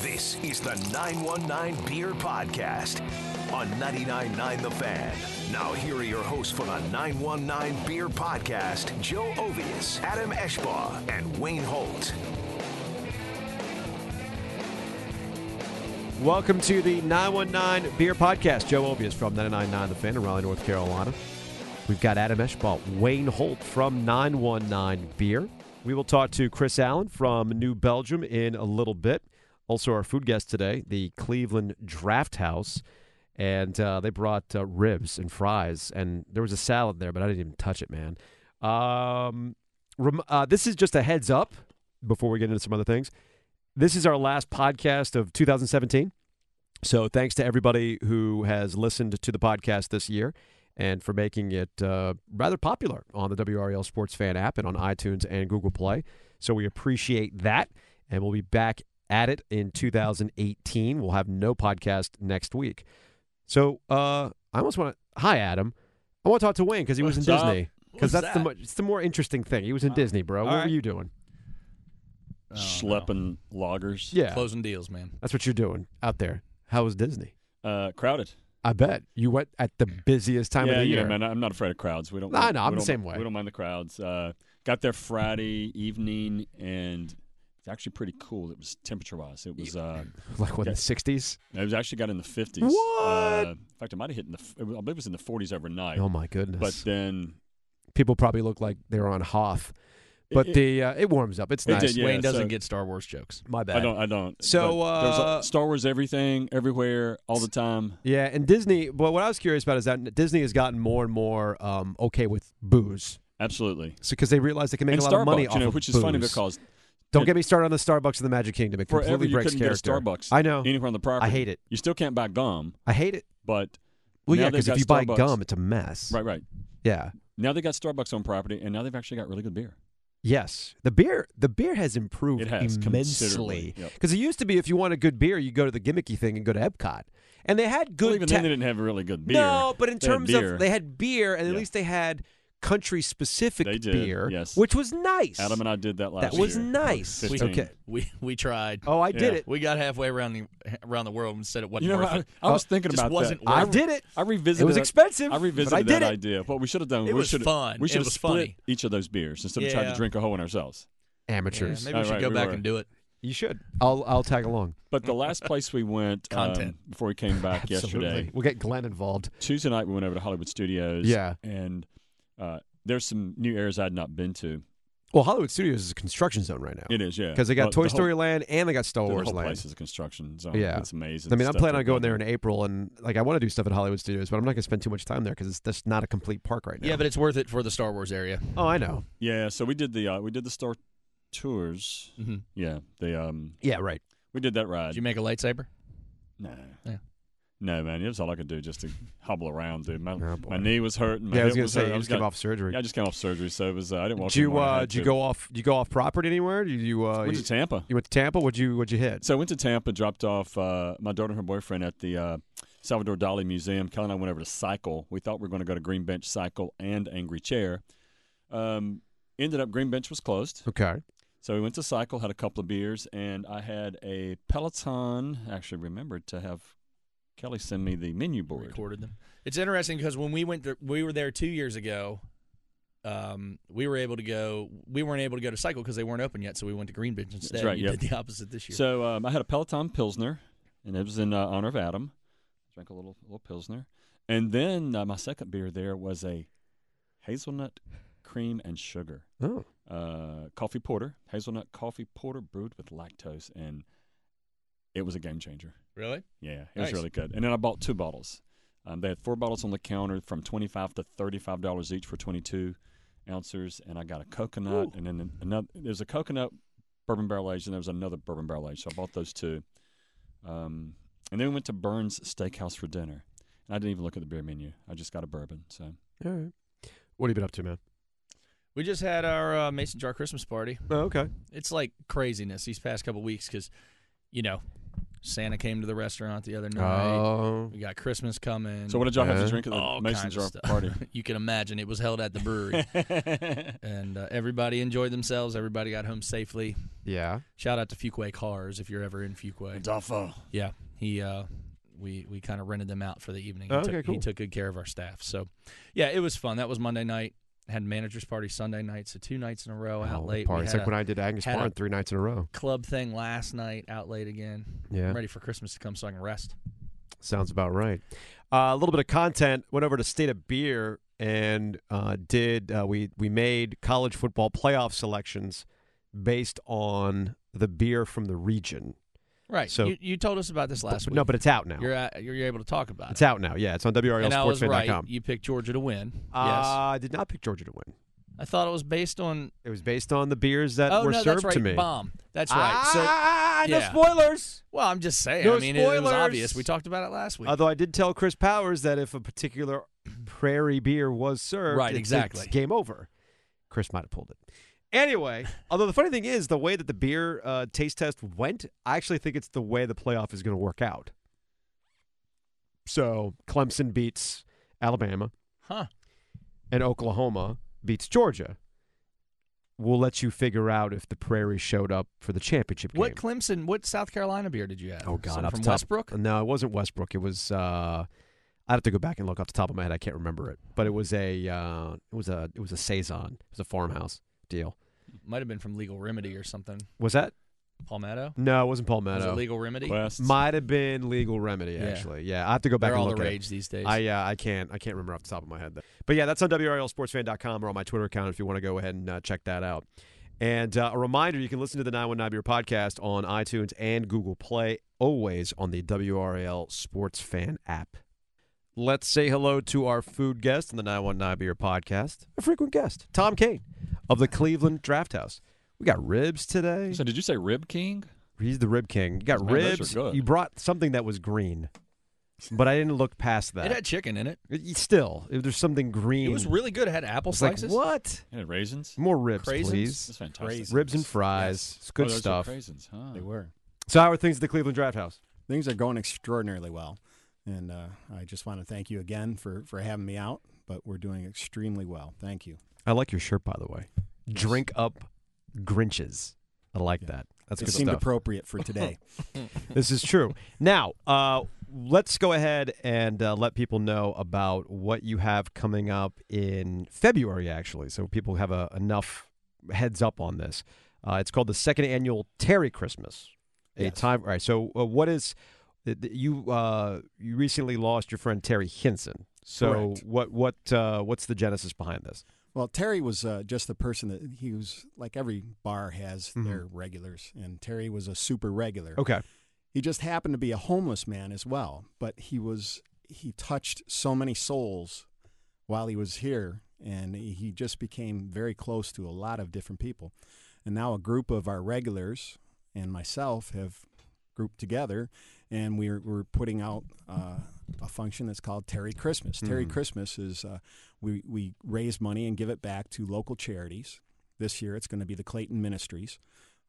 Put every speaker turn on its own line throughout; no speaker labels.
This is the 919 Beer Podcast on 99.9 The Fan. Now, here are your hosts for the 919 Beer Podcast Joe Ovius, Adam Eshbaugh, and Wayne Holt.
Welcome to the 919 Beer Podcast. Joe Obius from 999 The Fan in Raleigh, North Carolina. We've got Adam Eshbaugh, Wayne Holt from 919 Beer. We will talk to Chris Allen from New Belgium in a little bit. Also, our food guest today, the Cleveland Draft House. And uh, they brought uh, ribs and fries, and there was a salad there, but I didn't even touch it, man. Um, rem- uh, this is just a heads up before we get into some other things. This is our last podcast of 2017. So thanks to everybody who has listened to the podcast this year and for making it uh, rather popular on the WRL Sports Fan app and on iTunes and Google Play. So we appreciate that. And we'll be back at it in 2018. We'll have no podcast next week. So uh, I almost want to. Hi, Adam. I want to talk to Wayne because he was
What's
in
up?
Disney. Because
What's
that's the
that?
mo- it's the more interesting thing. He was in Disney, bro. What
all
were
right.
you doing? Oh,
schlepping loggers.
Yeah,
Closing deals, man.
that's what you're doing out there. How was Disney?
Uh, crowded.
I bet you went at the busiest time
yeah,
of the
yeah,
year.
man. I'm not afraid of crowds. We don't.
No, I know,
we
I'm the
don't-
same way.
We don't mind the crowds. Uh, got there Friday evening, and it's actually pretty cool. It was temperature wise. It was. Uh,
Like what, in
Yeah.
the 60s?
it was actually got in the 50s.
What?
Uh, in fact, it might have hit in the. f- I believe it was in the 40s overnight.
Oh my goodness!
but then
people probably look like they're on Hoth, but
It-
the uh, it warms up. It's
It
nice.
did, yeah,
Wayne doesn't
so-
get Star Wars jokes.
My bad.
I don't. I don't.
So,
but there was,
uh,
Star Wars, everything, everywhere, all the time.
Yeah, and Disney. But what I was curious about is that Disney has gotten more and more um, okay with booze,
Absolutely.
so because they realize they can make
and
a lot
Starbucks,
of money
you
off
know,
of
which
booze.
is funny because
don't get me started on the Starbucks of the Magic Kingdom. It
forever
completely
you
breaks
couldn't
character.
get a Starbucks.
I know.
Anywhere on the property.
I hate it.
You still can't buy gum,
I hate it.
but
Well, yeah,
Now they've
because if
got
you buy
Starbucks.
gum, it's a mess.
Right, right.
Yeah.
Now they got Starbucks on property, and now they've actually got really good beer.
Yes, the beer the beer has improved
It has
immensely
considerably, yep.
because it used to be if you want a good beer, you go to the gimmicky thing and go to Epcot, and they had good.
Well, even
ta-
then, they didn't have really good beer.
No, but in
They had
terms
beer.
of they had beer, and at
Yeah.
least they had country specific
They did,
beer,
yes.
which was nice.
Adam and I did that last
that
year.
was nice.
15.
Okay.
We we tried.
Oh, I did
Yeah.
it.
We got halfway around the around the world and said it wasn't
You know,
worth
I,
it.
I was
Oh,
thinking
Uh, just
about
wasn't
that.
I
worth
I,
did it.
I revisited.
It was expensive.
I revisited
but I did
that
it.
idea. What we should have done.
It
we
was
should have-
fun.
We
It
should have
was
split
funny.
each of those beers instead of trying
Yeah.
to drink a whole one ourselves.
Yeah,
Amateurs.
maybe we
All
should
right,
go
we
back
were.
and do it.
You should. I'll I'll tag along.
But the last place we went um,
Content.
before we came back yesterday,
We'll get Glenn involved.
Tuesday night we went over to Hollywood Studios.
Yeah.
and uh, there's some new areas I'd not been to.
Well, Hollywood Studios is a construction zone right now
It is, yeah,
because they got
Well, the
Toy
whole-
Story Land and they got Star
The
Wars
whole
Land.
place is a construction zone.
Yeah.
it's amazing.
I mean, I'm
stuff
planning
they're
on going
building.
there in April, and like I want to do stuff at Hollywood Studios, but I'm not going to spend too much time there because it's just not a complete park right now.
Yeah, but it's worth it for the Star Wars area.
oh, I know.
Yeah, so we did the uh, we did the Star Tours.
Mm-hmm.
Yeah, they um
Yeah, right.
we did that ride.
Did you make a lightsaber?
no.
Yeah.
No, man, it was all I could do just to hobble around, dude. My,
Oh, boy.
my knee was hurting. My
yeah, I was
hip
going to say
hurt.
you
I
just
got-
came off surgery.
Yeah, I just came off surgery, so it was uh, I didn't walk.
did you
anymore. I
uh,
had
did you
to.
go off? Did you go off property anywhere? Did you uh,
Went
you,
to Tampa.
you went to Tampa? Would you would you hit?
So I went to Tampa, dropped off uh, my daughter and her boyfriend at the uh, Salvador Dali Museum. Kelly and I went over to Cycle. We thought we were going to go to Green Bench Cycle and Angry Chair. Um, ended up Green Bench was closed.
Okay.
So we went to Cycle, had a couple of beers, and I had a Peloton. Actually, remembered to have Kelly send me the menu board.
Recorded them. It's interesting because when we went, there, we were there two years ago. Um, we were able to go. We weren't able to go to Cycle because they weren't open yet, so we went to Green Bench instead.
right,
you
yep.
did the opposite this year.
So um, I had a Peloton Pilsner, and it was in uh, honor of Adam. Drank a little little Pilsner, and then uh, my second beer there was a hazelnut cream and sugar
Oh,
uh, coffee porter, hazelnut coffee porter brewed with lactose, and it was a game changer.
really?
Yeah, it was
Nice.
really good. And then I bought two bottles. Um, they had four bottles on the counter from twenty five to thirty five dollars each for twenty two ounces. And I got a coconut, and then another. There's a coconut bourbon barrel aged, and there was another bourbon barrel aged. So I bought those two. Um, and then we went to Burns Steakhouse for dinner. And I didn't even look at the beer menu. I just got a bourbon. So
all right. What have you been up to, man?
We just had our uh, Mason Jar Christmas party.
Oh, okay.
it's like craziness these past couple weeks because you know Santa came to the restaurant the other night.
Oh,
We got Christmas coming.
So what did y'all have
Uh,
to drink at the
Uh-huh. all
Masons
kinds
Rock
of stuff.
party?
you can imagine it was held at the brewery, and uh, everybody enjoyed themselves. Everybody got home safely.
yeah.
Shout out to Fuquay Cars if you're ever in Fuquay.
Duffo.
Yeah, he uh, we we kind of rented them out for the evening. He
Oh, okay,
took,
cool.
He took good care of our staff. So, yeah, it was fun. That was Monday night. Had manager's party Sunday night. So two nights in a row out
Oh,
late.
Party.
We
It's
had
like
a
when I did Agnes
had a-
Barn three nights in a row.
club thing last night. Out late again.
Yeah.
I'm ready for Christmas to come so I can rest.
Sounds about right. Uh, a little bit of content. Went over to State of Beer and uh, did uh, we we made college football playoff selections based on the beer from the region.
Right.
So-
So you, you told us about this last
But-
week.
No, but it's out now.
you're at, you're able to talk about
It's
it.
out now. Yeah, it's on
and I was right.
WRLSportsFan.com.
You picked Georgia to win. yes.
Uh, I did not pick Georgia to win.
I thought it was based on.
It was based on the beers that
Oh
were
no,
served
that's right.
to me.
Bomb. That's right. So
Ah, no
yeah.
spoilers.
Well, I'm just saying.
No
I mean, it, it was
spoilers.
obvious. We talked about it last week.
Although I did tell Chris Powers that if a particular prairie beer was served,
Right,
it's-
exactly.
it's game over. Chris might have pulled it. Anyway, although the funny thing is, the way that the beer uh, taste test went, I actually think it's the way the playoff is going to work out. So Clemson beats Alabama,
huh?
and Oklahoma beats Georgia. We'll let you figure out if the Prairie showed up for the championship game.
What Clemson? What South Carolina beer did you have?
Oh God,
Someone
off
from
the top-
Westbrook.
No, it wasn't Westbrook. It was. Uh, I'd have to go back and look off the top of my head. I can't remember it, but it was a. Uh, it was a. It was a saison. It was a farmhouse deal.
Might have been from Legal Remedy or something.
Was that?
Palmetto.
No, it wasn't
Was it
Palmetto.
Legal Remedy?
Quest.
Might have been Legal Remedy.
Yeah.
Actually, yeah, I have to go back
They're
and
all
look
the
at
rage these days.
it. I uh, I can't I can't remember off the top of my head. Though. But yeah, that's on WRLSportsFan.com or on my Twitter account if you want to go ahead and uh, check that out. And uh, a reminder, you can listen to the 919 Beer podcast on iTunes and Google Play, always on the WRAL Sports Fan app. Let's say hello to our food guest on the 919 Beer podcast, a frequent guest, Tom Kane of the Cleveland Draft House. We got ribs today.
So did you say Rib King?
He's the rib king. You got
Man, those are
ribs.
good.
You brought something that was green, but I didn't look past that.
It had chicken in it.
It- Still, if there's something green.
It was really good. It had apple
It's like
slices.
what?
And raisins.
More ribs,
Craisins?
please.
That's fantastic.
Raisins.
Ribs and fries. It's good
Oh, those are
stuff.
Raisins, huh?
They were.
So how are things at the Cleveland Draft House?
Things are going extraordinarily well. And uh, I just want to thank you again for, for having me out, but we're doing extremely well. Thank you.
I like your shirt, by the way. Drink up Grinches. I like that. That's
it
good
seemed
stuff.
appropriate for today.
this is true. Now, uh, let's go ahead and uh, let people know about what you have coming up in February, actually, so people have a, enough heads up on this. Uh, it's called the second annual Terry Christmas. A
Yes.
time. All right. So, uh, what is th- th- you? Uh, you recently lost your friend Terry Hinson. So,
Correct.
what what uh, what's the genesis behind this?
well, Terry was uh, just the person that he was like every bar has
Mhm.
their regulars, and Terry was a super regular.
Okay.
He just happened to be a homeless man as well, but he was he touched so many souls while he was here and he just became very close to a lot of different people. And now a group of our regulars and myself have grouped together and we're, we're putting out uh, a function that's called Terry Christmas. Terry Christmas is uh, we, we raise money and give it back to local charities. This year it's going to be the Clayton Ministries.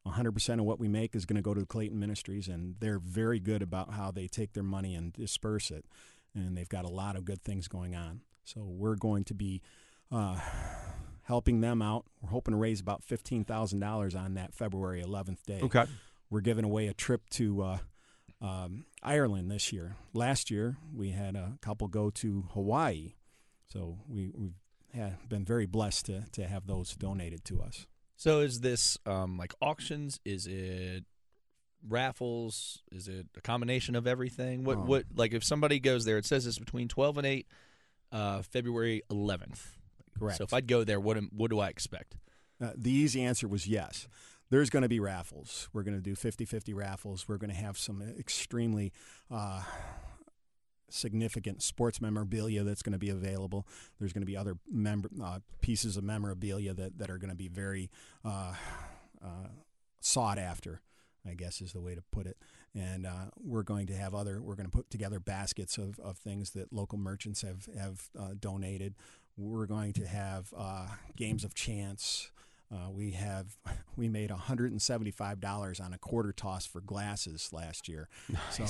100% of what we make is going to go to the Clayton Ministries, and they're very good about how they take their money and disperse it. And they've got a lot of good things going on. So we're going to be uh, helping them out. We're hoping to raise about $15,000 on that February 11th day.
Okay.
We're giving away a trip to uh, um, Ireland this year. Last year, we had a couple go to Hawaii. So we, we've had, been very blessed to, to have those donated to us.
So is this um, like auctions? Is it raffles? Is it a combination of everything? What
Um,
what like if somebody goes there? It says it's between twelve and eight, uh, February eleventh.
Correct.
So if I'd go there, what am, what do I expect?
Uh, the easy answer was yes. There's going to be raffles. We're going to do 50 50 raffles. We're going to have some extremely uh, significant sports memorabilia that's going to be available. There's going to be other member, uh, pieces of memorabilia that, that are going to be very uh, uh, sought after. I guess is the way to put it. And uh, we're going to have other, we're going to put together baskets of, of things that local merchants have, have uh, donated. We're going to have uh, games of chance. Uh, we have we made $175 on a quarter toss for glasses last year. So,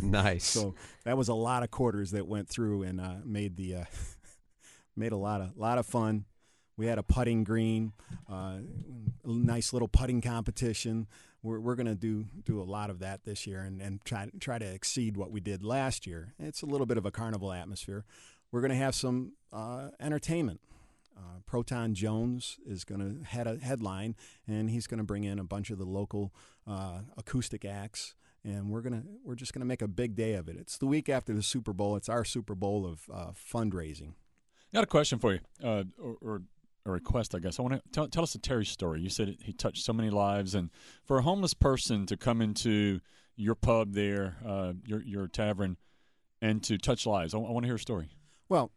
nice.
so that was a lot of quarters that went through and uh, made the uh, made a lot of lot of fun. We had a putting green, uh, a nice little putting competition. We're, we're going to do do a lot of that this year and, and try try to exceed what we did last year. It's a little bit of a carnival atmosphere. We're going to have some uh, entertainment. Uh, Proton Jones is going to head a headline, and he's going to bring in a bunch of the local uh, acoustic acts, and we're gonna we're just going to make a big day of it. It's the week after the Super Bowl. It's our Super Bowl of uh, fundraising.
Got a question for you, uh, or, or a request, I guess. I want to tell, tell us a Terry story. You said he touched so many lives, and for a homeless person to come into your pub there, uh, your your tavern, and to touch lives, I, want to hear a story.
Well,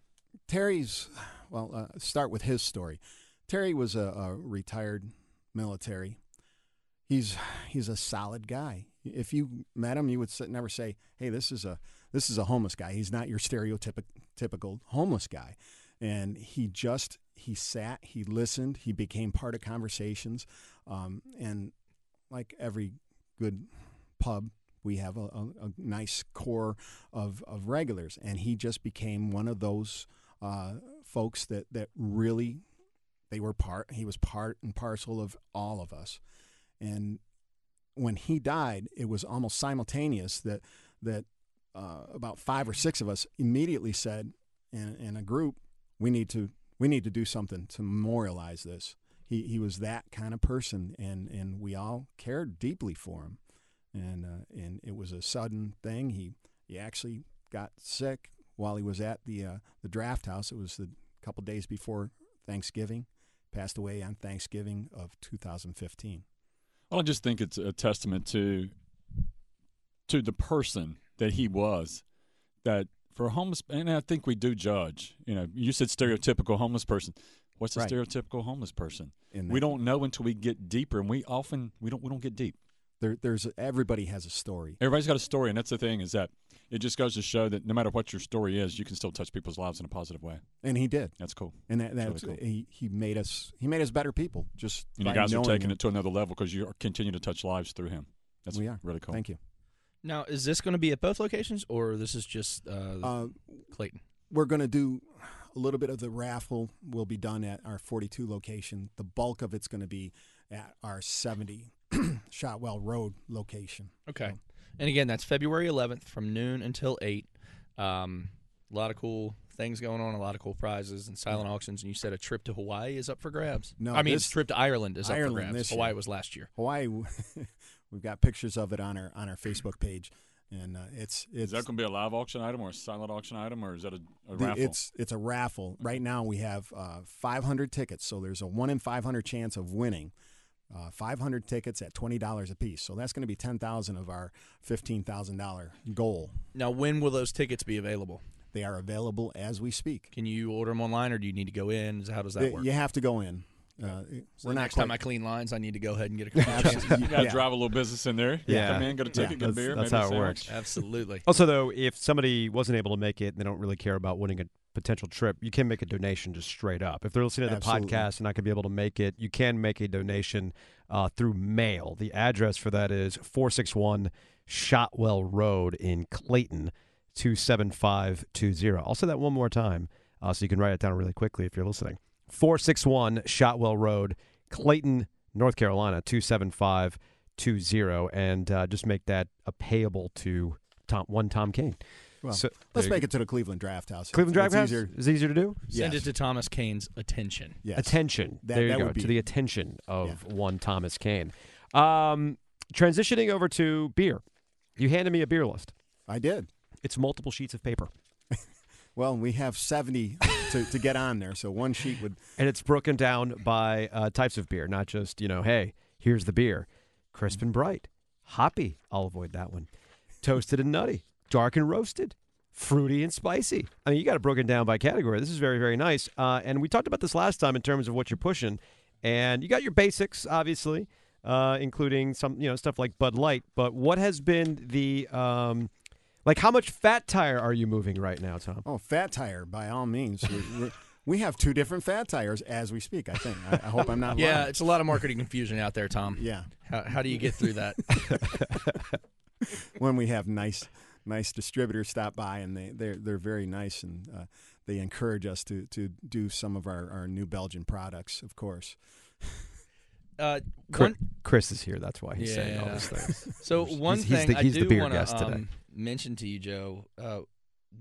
Terry's, well, uh, start with his story. Terry was a, a retired military. He's he's a solid guy. If you met him, you would s- never say, "Hey, this is a this is a homeless guy." He's not your stereotypical homeless guy, and he just he sat, he listened, he became part of conversations, um, and like every good pub, we have a, a, a nice core of, of regulars. And he just became one of those uh, folks that, that really they were part, he was part and parcel of all of us. And when he died, it was almost simultaneous that, that uh, about five or six of us immediately said in, in a group, we need to, we need to do something to memorialize this. He, he was that kind of person, and, and we all cared deeply for him and uh, and it was a sudden thing. He he actually got sick while he was at the uh, the draft house. It was the couple days before Thanksgiving. Passed away on Thanksgiving of 2015.
Well, I just think it's a testament to to the person that he was. That for a homeless, and I think we do judge. You know, you said stereotypical homeless person. What's a
Right.
stereotypical homeless person?
And
we
that-
don't know until we get deeper, and we often we don't we don't get deep.
There, there's everybody has a story.
Everybody's got a story, and that's the thing is that it just goes to show that no matter what your story is, you can still touch people's lives in a positive way.
And he did,
That's cool.
and that,
That's
that's
really cool.
he, he made us he made us better people. Just
And
by
you guys are
knowing
taking
him.
it to another level because you are continue to touch lives through him. That's
we are
really cool.
Thank you.
Now, is this going to be at both locations, or this is just uh,
Uh,
Clayton?
we're going to do a little bit of the raffle will be done at our 42 location the bulk of it's going to be at our 70 shotwell road location
Okay. And again, that's February 11th from noon until 8. Um, a lot of cool things going on, a lot of cool prizes and silent auctions. And you said a trip to Hawaii is up for grabs.
Mm-hmm. No,
I mean,
this-
a trip to Ireland is up
Ireland
for grabs.
this
Hawaii
year.
was last year.
hawaii we've got pictures of it on our on our facebook page and uh, it's
Is
it's
that going to be a live auction item or a silent auction item or is that a, a
the-
raffle?
it's it's a raffle right now we have uh, 500 tickets so there's a 1 in 500 chance of winning uh, 500 tickets at $20 a piece so that's going to be 10000 of our $15000 goal
Now, when will those tickets be available?
they are available as we speak
Can you order them online, or do you need to go in? How does that
Y-
work?
You have to go in. Uh,
So the next time I clean lines, I need to go ahead and get a couple
Absolutely.
you got to
yeah.
drive a little business in there.
Yeah.
Come in, get a
Yeah.
ticket, get a
That's-
beer.
that's
maybe a
how it
sandwich.
works.
Absolutely.
Also, though, if somebody wasn't able to make it and they don't really care about winning a potential trip, you can make a donation just straight up. If they're listening to the
Absolutely.
podcast and I could be able to make it, you can make a donation uh, through mail. The address for that is 461 Shotwell Road in Clayton, 27520. I'll say that one more time uh, so you can write it down really quickly if you're listening. 461 Shotwell Road, Clayton, North Carolina, 27520. And uh, just make that a payable to Tom, one Tom Kane.
Well,
So- there
let's
you
make it to the Cleveland Draft House.
Cleveland Drive
It's
House
easier-
is easier to do.
Send
Yes.
it to Thomas Kane's attention.
Yes.
Attention.
That-
there you
that
go.
would be-
To the attention of one Thomas Kane. Um, transitioning over to beer. You handed me a beer list.
I did.
It's multiple sheets of paper,
Well, we have 70 to, to get on there, so one sheet would.
and it's broken down by uh, types of beer, not just you know, hey, here's the beer, crisp and bright, hoppy. I'll avoid that one. Toasted and nutty, dark and roasted, fruity and spicy. I mean, you got it broken down by category. This is very, very nice. Uh, and we talked about this last time in terms of what you're pushing, and you got your basics, obviously, uh, including some you know stuff like Bud Light. But what has been the um, like how much fat tire are you moving right now, Tom?
Oh, fat tire by all means. We, we're, We have two different fat tires as we speak. I think. I, I hope I'm not.
Yeah,
lying.
it's a lot of marketing confusion out there, Tom.
yeah.
How, how do you get through that?
When we have nice, nice distributors stop by, and they they're they're very nice, and uh, they encourage us to to do some of our, our new Belgian products, of course.
Uh,
Chris,
one,
Chris is here. That's why he's saying all
Yeah.
these things.
so
He's-
one
he's
thing
the- he's
I
the
do
beer
want
guest
to
today.
um, mention to you, Joe, uh,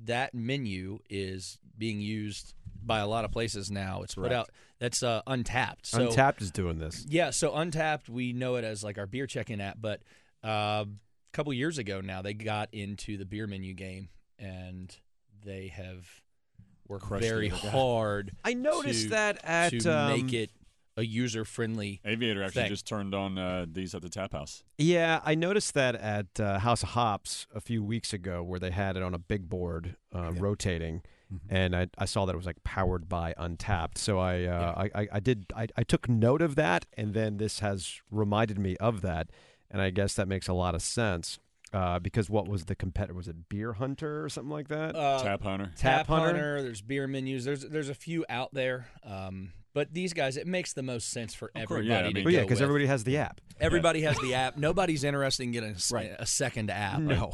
that menu is being used by a lot of places now. It's put out. That's uh, Untapped. So,
Untapped is doing this.
Yeah, so Untapped, we know it as like our beer check-in app, but uh, a couple years ago now, they got into the beer menu game, and they have worked
Crushed the
very
other guy.
hard.
I noticed
to-
that oh at
to
um,
make it a user-friendly.
Aviator actually
Thank-
just turned on uh, these at the tap house.
Yeah, I noticed that at uh, House of Hops a few weeks ago, where they had it on a big board uh, rotating,
Mm-hmm.
and I, I saw that it was like powered by Untapped. So I uh, I, I, I did I, I took note of that, and then this has reminded me of that, and I guess that makes a lot of sense uh, because what was the competitor? Was it Beer Hunter or something like that?
Uh,
tap Hunter.
Tap Hunter?
There's beer menus. There's there's a few out there, um, but these guys, it makes the most sense for
course,
everybody
yeah, I mean-
to
well, yeah,
go
because
with.
everybody has the app.
Everybody has the app. Nobody's interested in getting a, s-
Right.
a second app.
No,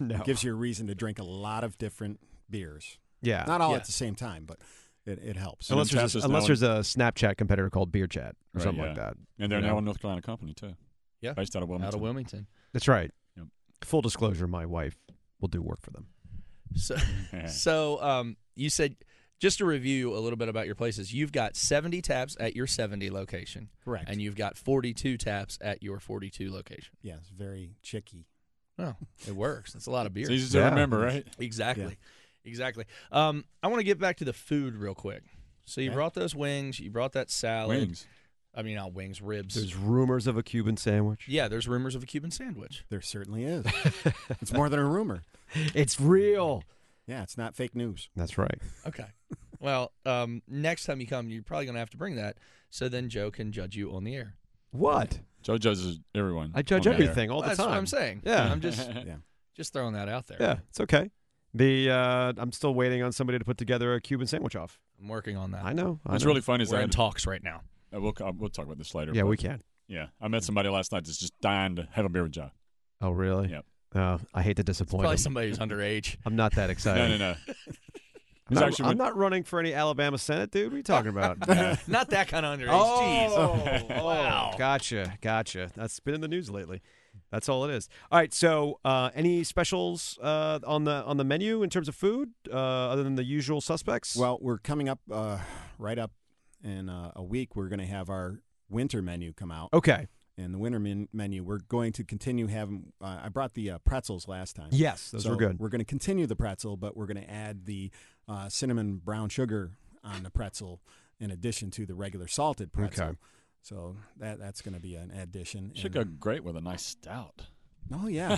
no.
Gives you a reason to drink a lot of different beers.
yeah,
Not all
Yeah.
at the same time, but it, it helps.
And
unless
Untapped
there's
is
a,
now
unless
in-
there's a Snapchat competitor called Beer Chat or
Right,
something
yeah.
like that.
And they're
you know?
now a North Carolina company, too.
Yeah.
Based out of Wilmington.
Out of Wilmington.
That's right.
Yep.
Full disclosure, my wife will do work for them.
So so um, you said just to review a little bit about your places. You've got 70 taps at your 70 location,
Correct.
and you've got 42 taps at your 42 location.
yes, very chicky.
Well, it works. That's a lot of beer.
It's easy to
Yeah.
remember, right?
Exactly. Exactly. Um, I want to get back to the food real quick. So you
Okay.
brought those wings, you brought that salad.
Wings.
I mean, not wings, ribs.
There's rumors of a Cuban sandwich.
yeah, there's rumors of a Cuban sandwich.
There certainly is. it's more than a rumor.
It's real.
Yeah, it's not fake news.
That's right.
Okay. well, um, next time you come, you're probably going to have to bring that so then Joe can judge you on the air.
What?
Joe judges everyone.
I judge
on the air.
everything all
Well,
the
that's
time.
what I'm saying.
Yeah.
I'm just
Yeah.
just throwing that out there.
Yeah, it's okay. The uh, I'm still waiting on somebody to put together a Cuban sandwich off.
I'm working on that.
I know. I
What's
know.
really funny is
We're
I
in
had,
talks right now.
uh, we'll, uh, we'll talk about this later.
Yeah,
but-
we can.
Yeah, I met somebody last night that's just dying to have a beer with Joe.
Oh, really?
Yep.
Uh, I hate to disappoint.
Probably
him.
somebody who's underage.
I'm not that
Oh,
excited.
No, no, no.
I'm,
It's
not,
actually
I'm
with-
not running for any Alabama Senate, dude. What are you talking about?
Not that kind of underage. Jeez.
Oh,
Wow.
Gotcha, gotcha. That's been in the news lately. That's all it is. All right. So, uh, any specials uh, on the on the menu in terms of food, uh, other than the usual suspects?
Well, we're coming up uh, right up in uh, a week. We're going to have our winter menu come out.
okay.
And the winter men- menu, we're going to continue having. Uh, I brought the uh, pretzels last time.
Yes, those
So
were good.
We're going to continue the pretzel, but we're going to add the uh, cinnamon brown sugar on the pretzel in addition to the regular salted pretzel.
Okay.
So that that's going to be an addition.
Should go
And-
great with a nice stout.
Oh yeah.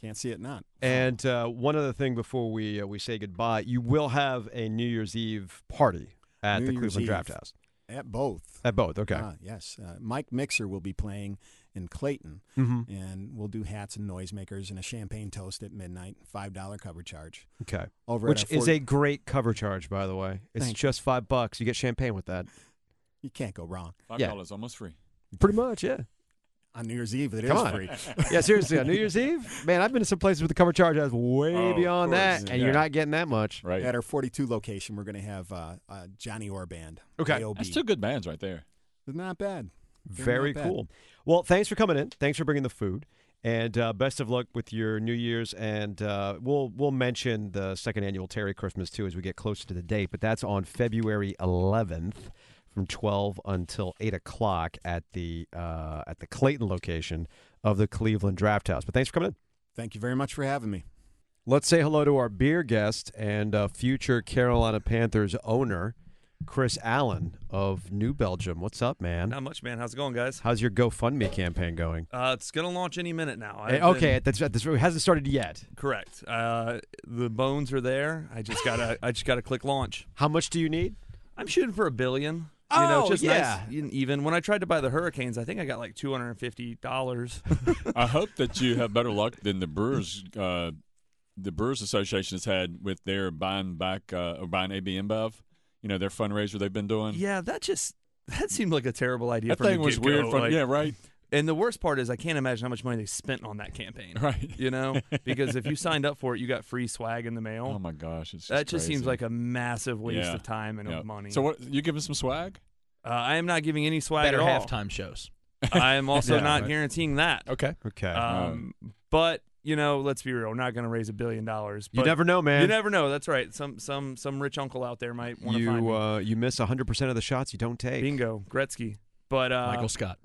Can't see it not.
And uh, one other thing before we uh, we say goodbye, you will have a New Year's Eve party at
New
the
Year's
Cleveland
Eve.
Draft House.
At both.
At both. Okay.
Ah, yes. Uh, Mike Mixer will be playing in Clayton,
Mm-hmm,
and we'll do hats and noisemakers and a champagne toast at midnight. Five dollar cover charge.
Okay.
Over
Which
at our
is
40
a great cover charge, by the way. It's
Thank you.
just five bucks. You get champagne with that.
you can't go wrong
Five
Yeah.
dollars, almost free.
Pretty much, yeah.
on New Year's Eve. It is
Come on.
free.
yeah, seriously, on New Year's Eve, man, I've been to some places with the cover charge that's way
Oh, of
beyond that,
course,
and
yeah.
you're not getting that much.
Right.
At our 42 location, we're going to have uh, uh, Johnny Orr Band.
Okay.
AOB.
That's two good bands right there.
Not bad. They're
Very
not bad.
cool. Well, thanks for coming in. Thanks for bringing the food, and uh, best of luck with your New Year's. And uh, we'll we'll mention the second annual Terry Christmas too as we get closer to the date. But that's on February 11th. From 12 until 8 o'clock at the uh, at the Clayton location of the Cleveland Draft House. But thanks for coming in.
Thank you very much for having me.
Let's say hello to our beer guest and uh, future Carolina Panthers owner, Chris Allen of New Belgium. What's up, man?
Not much, man. How's it going, guys?
How's your GoFundMe campaign going?
Uh, it's gonna launch any minute now.
Eh,
I've
okay,
been-
that's this really hasn't started yet.
correct. Uh, the bones are there. I just gotta, I just gotta click launch.
How much do you need?
I'm shooting for a billion. You know,
Oh,
just
yeah.
nice, and even when I tried to buy the Hurricanes, I think I got like two hundred and fifty dollars.
I hope that you have better luck than the Brewers. Uh, the Brewers Association has had with their buying back uh, or buying AB InBev. you know, their fundraiser they've been doing.
Yeah, that just that seemed like a terrible idea.
that
from the
thing was
get-go,
weird. From
like-
yeah, right,
And the worst part is, I can't imagine how much money they spent on that campaign.
right.
You know, because if you signed up for it, you got free swag in the mail.
Oh my gosh, it's just
that just seems
crazy.
like a massive waste
Yeah.
of time and
Yeah.
of money.
So what? You giving some swag?
uh, I am not giving any swag
better
at all.
halftime shows.
I am also
Yeah,
not
right.
guaranteeing that.
Okay.
Okay.
Um, but you know, let's be real. We're not going to raise a billion dollars.
you
but
never know, man.
You never know. That's right. Some some some rich uncle out there might want to find
you
me.
uh, you miss 100% of the shots you don't take.
Bingo, Gretzky. But uh,
Michael Scott.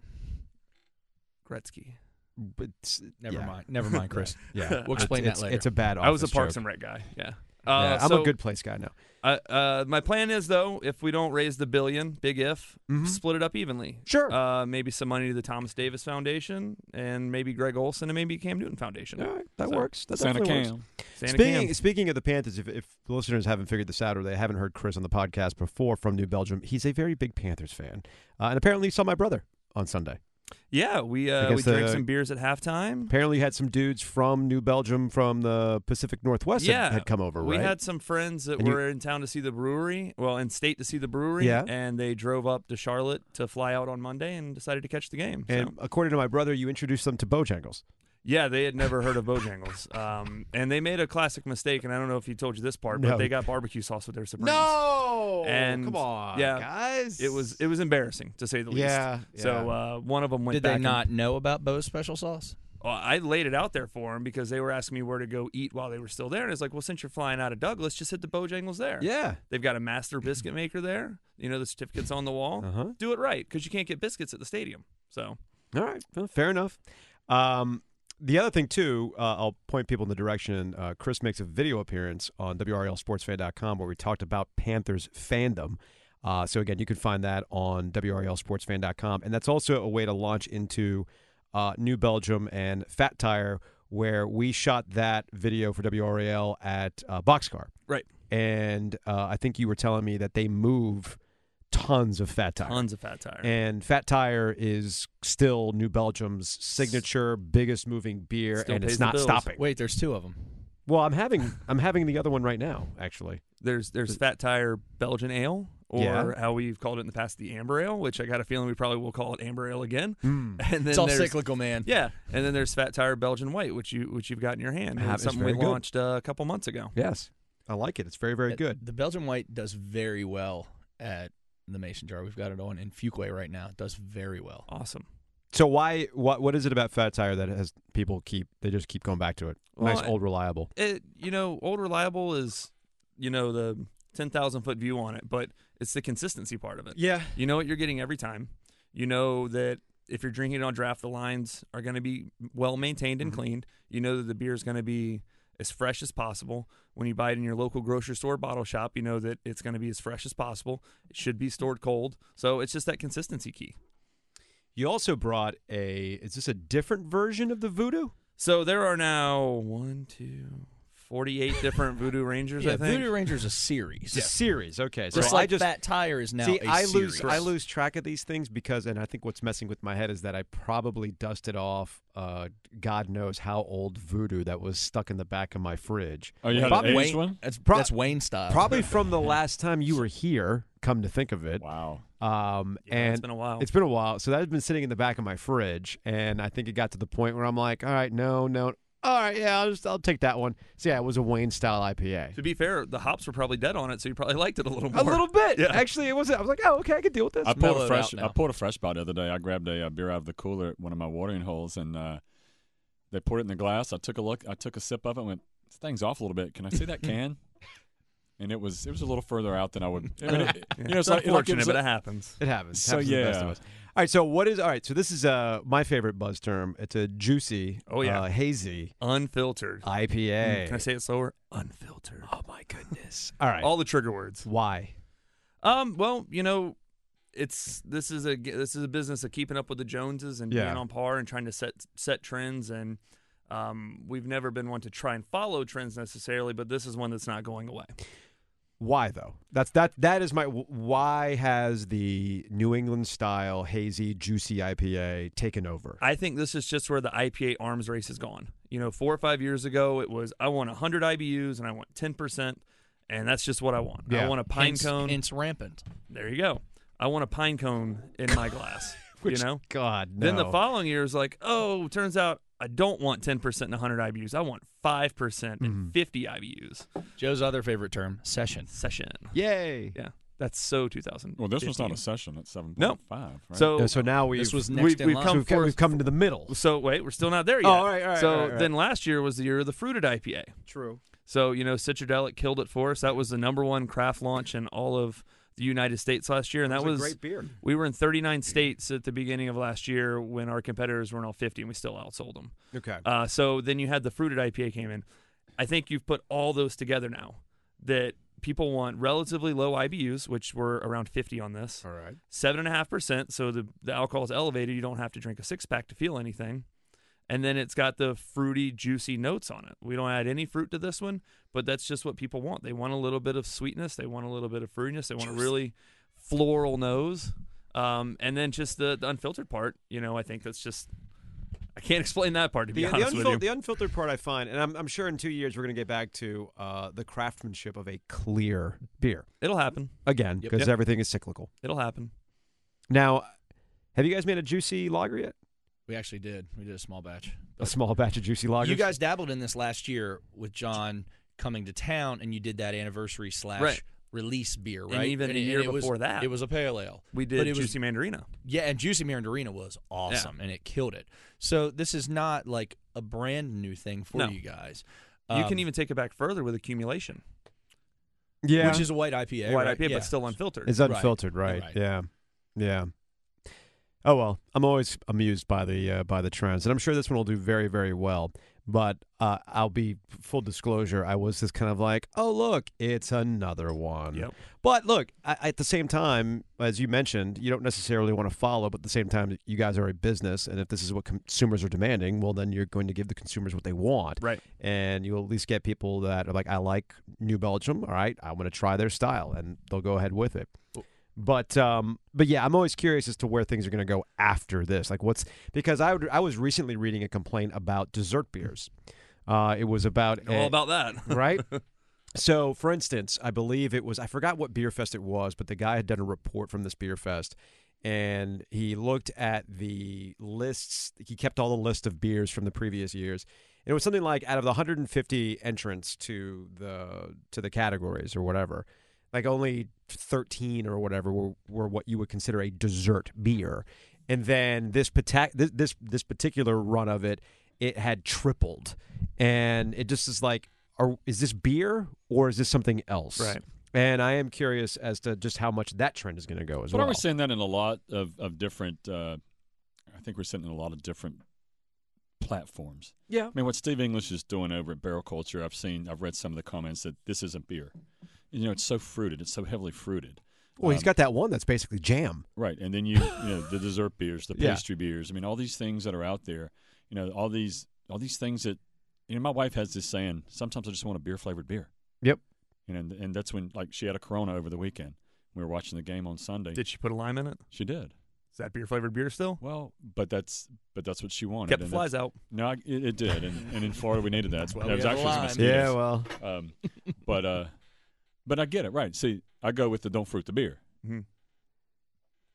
Gretzky.
But it's-
Never
yeah.
mind. Never mind, Chris.
Yeah.
We'll explain that
it's,
later.
It's a bad
I was a
office
Parks
joke.
and Rec guy. Yeah.
Yeah,
Uh,
I'm
so,
a good place guy now.
Uh, uh, my plan is though, if we don't raise the billion, big if,
Mhm.
split it up evenly.
Sure.
Uh, maybe some money to the Thomas Davis Foundation, and maybe Greg Olson, and maybe Cam Newton Foundation.
All right, that
So,
works. That
Santa
definitely works.
Cam.
Santa
Speaking,
Cam.
speaking of the Panthers, if, if the listeners haven't figured this out or they haven't heard Chris on the podcast before from New Belgium, he's a very big Panthers fan. Uh, and apparently saw my brother on Sunday.
Yeah, we
I
uh, we
guess,
drank
uh,
some beers at halftime.
Apparently had some dudes from New Belgium from the Pacific Northwest that
Yeah,
had come over,
We
right?
had some friends that
And you-
were in town to see the brewery, well, in state to see the brewery,
Yeah.
and they drove up to Charlotte to fly out on Monday and decided to catch the game.
and
so.
according to my brother, you introduced them to Bojangles.
Yeah, they had never heard of Bojangles. Um, and they made a classic mistake, and I don't know if he told you this part,
No.
but they got barbecue sauce with their Supremes.
No!
And,
come on,
yeah,
guys.
It was it was embarrassing to say the least.
Yeah,
So
yeah.
uh, one of them went
Did
back.
they
and-
not know about Bo's special sauce?
Well, I laid it out there for him because they were asking me where to go eat while they were still there, and it's like, well, since you're flying out of Douglas, just hit the Bojangles there.
Yeah.
They've got a master biscuit maker there. You know the certificate's on the wall.
Uh-huh.
Do it right because you can't get biscuits at the stadium. So
All right, well, fair enough. Um, the other thing too, uh, I'll point people in the direction. Uh, Chris makes a video appearance on WRLSportsFan.com where we talked about Panthers fandom. Uh, so again, you can find that on WRLSportsFan.com, and that's also a way to launch into uh, New Belgium and Fat Tire, where we shot that video for WRAL at uh, Boxcar.
right,
And uh, I think you were telling me that they move tons of Fat Tire.
tons of fat tire.
And Fat Tire is still New Belgium's signature biggest moving beer,
Still
and
pays
it's
the
not
bills.
stopping.
Wait, there's two of them.
Well, I'm having I'm having the other one right now, actually.
there's there's fat tire Belgian ale. Or
Yeah.
how we've called it in the past, the amber ale, which I got a feeling we probably will call it amber ale again.
Hmm.
And then
It's all
there's-
cyclical, man.
Yeah, and then there's Fat Tire Belgian White, which you which you've got in your hand.
Ah,
And
it's
something we
very good.
launched uh, a couple months ago.
Yes, I like it. It's very very
Uh,
good.
The Belgian White does very well at the Mason Jar. We've got it on in Fuquay right now. It does very well.
Awesome.
So why what what is it about Fat Tire that has people keep they just keep going back to it?
Well,
nice old reliable.
It you know, old reliable is you know the ten thousand foot view on it, but it's the consistency part of it.
Yeah,
You know what you're getting every time. You know that if you're drinking it on draft, the lines are going to be well maintained and cleaned. You know that the beer is going to be as fresh as possible. When you buy it in your local grocery store bottle shop, you know that it's going to be as fresh as possible. It should be stored cold. So it's just that consistency key.
you also brought a. Is this a different version of the Voodoo?
So there are now one, two, 48 different Voodoo Rangers,
Yeah,
I think.
Voodoo Ranger's a
It's
series.
a series. Okay,
Just
so
like
I just
Fat Tire is now
See,
a
I
series.
lose I lose track of these things because, and I think what's messing with my head is that I probably dusted off, uh, God knows how old voodoo that was stuck in the back of my fridge.
Oh, you had
Probably-
an
Wayne,
aged one.
That's,
Pro-
that's Wayne style.
Probably from the last time you were here. Come to think of it,
Wow.
um,
Yeah,
and
it's been a while.
It's been a while. So that had been sitting in the back of my fridge, and I think it got to the point where I'm like, all right, no, no, all right, yeah, I'll just I'll take that one. So yeah, it was a Wayne style IPA.
to be fair, the hops were probably dead on it, so you probably liked it a little more.
A little bit,
Yeah.
actually. It wasn't. I was like, oh, okay, I can deal with this.
I pulled a
mellowed
fresh.
out
I
now.
pulled a fresh bottle the other day. I grabbed a, uh beer out of the cooler at one of my watering holes, and uh, they poured it in the glass. I took a look. I took a sip of it. and Went, this thing's off a little bit. Can I see that can? And it was it was a little further out than I would. I mean, it- you know, it's
It's
like, like it
unfortunate,
was
but
a-
it happens.
It happens.
So,
happens to the best of
yeah.
us. All right. So what is all right? So this is uh my favorite buzz term. It's a juicy,
Oh, yeah.
uh, hazy
Unfiltered.
IPA.
Can I say it slower? Unfiltered.
oh my goodness! All right.
All the trigger words.
Why?
Um, well, you know, it's this is a this is a business of keeping up with the Joneses and
Yeah.
being on par and trying to set set trends and um, we've never been one to try and follow trends necessarily, but this is one that's not going away.
Why though? That's that. That is my. wh- Why has the New England style hazy, juicy IPA taken over?
I think this is just where the IPA arms race has gone. You know, four or five years ago, it was I want 100 IBUs and I want 10%. and that's just what I want.
Yeah.
I want a pine
Hence-
cone.
hence rampant.
there you go. I want a pine cone in my glass.
Which,
you know.
God, no.
Then the following year is like, oh, turns out I don't want 10% and 100 IBUs. I want 5% and
Mm-hmm.
50 IBUs.
Joe's other favorite term, session.
Session.
Yay.
Yeah, that's so 2000.
Well, this was not a session at seven
No.
point five. Right?
So,
Yeah, so now we've,
This was
we've-
next
we've-
in
we've
line.
so
come
we've, come, we've come to the middle.
so wait, we're still not there yet.
Oh, all right, all right,
So
all right, all right.
then last year was the year of the fruited IPA.
True.
So, you know, Citradelic killed it for us. That was the number one craft launch in all of the United States last year. And that was,
great beer.
we were in 39 states at the beginning of last year when our competitors were in all 50 and we still outsold them.
Okay.
Uh, so then you had the fruited IPA came in. I think you've put all those together now that people want relatively low IBUs, which were around 50 on this,
all right.
seven and a half percent. So the, the alcohol is elevated. You don't have to drink a six pack to feel anything. And then it's got the fruity, juicy notes on it. We don't add any fruit to this one, but that's just what people want. They want a little bit of sweetness. They want a little bit of fruitiness. They want a really floral nose. Um, and then just the, the unfiltered part, you know, I think that's just, I can't explain that part to be
The, the,
honest with you.
unfil- the unfiltered part I find, and I'm, I'm sure in two years we're going to get back to uh, the craftsmanship of a clear beer
It'll happen.
again because
Yep.
everything is cyclical.
It'll happen.
Now, have you guys made a juicy lager yet?
We actually did. We did a small batch.
A small batch of juicy lagers.
You guys dabbled in this last year with John coming to town, and you did that anniversary slash
Right.
release beer,
And
right?
even
and
a
it-
year
and it was-
before that.
it was a pale ale.
We
But
did
it was-
Juicy Mandarina.
yeah, and Juicy Mandarina was awesome, and it killed it. So this is not like a brand new thing for
No.
you guys.
you can
Um,
even take it back further with accumulation,
yeah,
which is a white IPA,
white
right?
IPA,
Yeah.
but still unfiltered.
It's
Right.
unfiltered, right.
Right.
Yeah, yeah. Oh well, I'm always amused by the uh, by the trends, and I'm sure this one will do very very well. But uh, I'll be full disclosure. I was just kind of like, oh look, it's another one.
Yep.
But look, I, at the same time, as you mentioned, you don't necessarily want to follow. But at the same time, you guys are a business, and if this is what consumers are demanding, well, then you're going to give the consumers what they want
right.
and you'll at least get people that are like, I like New Belgium. All right, I'm going to try their style, and they'll go ahead with it. But um, but yeah, I'm always curious as to where things are going to go after this. Like, what's because I would, I was recently reading a complaint about dessert beers. Uh, it was about
All
a-
about that.
right? So, for instance, I believe it was, I forgot what beer fest it was, but the guy had done a report from this beer fest and he looked at the lists. He kept all the list of beers from the previous years. And it was something like out of the 150 entrants to the to the categories or whatever, like only 13 or whatever were, were what you would consider a dessert beer. And then this pata- this, this this particular run of it, it had tripled. And it just is like are, is this beer or is this something else?
Right.
And I am curious as to just how much that trend is going to go as
But
well.
are we seeing that in a lot of, of different? Uh, I think we're sitting in a lot of different platforms.
Yeah.
I mean, what Steve English is doing over at Barrel Culture, I've seen, I've read some of the comments that this isn't beer. You know, it's so fruited, it's so heavily fruited.
Well, he's
Um,
got that one that's basically jam.
Right, and then you, you know, the dessert beers, the
Yeah.
pastry beers. I mean, all these things that are out there. You know, all these, all these things that. You know, my wife has this saying. Sometimes I just want a beer flavored beer.
Yep.
You know, and, and that's when, like, she had a Corona over the weekend. We were watching the game on Sunday.
Did she put a lime in it?
she did.
Is that beer flavored beer still?
Well, but that's but that's what she wanted.
Kept the
and
flies
that's-
out.
No, I- it, it did, and, and in Florida we needed that. That's
why
that
we
was
have
actually some
lime.
mosquitoes.
well,
Um, but uh, but I get it, right? See, I go with the don't fruit the beer,
Mm-hmm.
Mhm.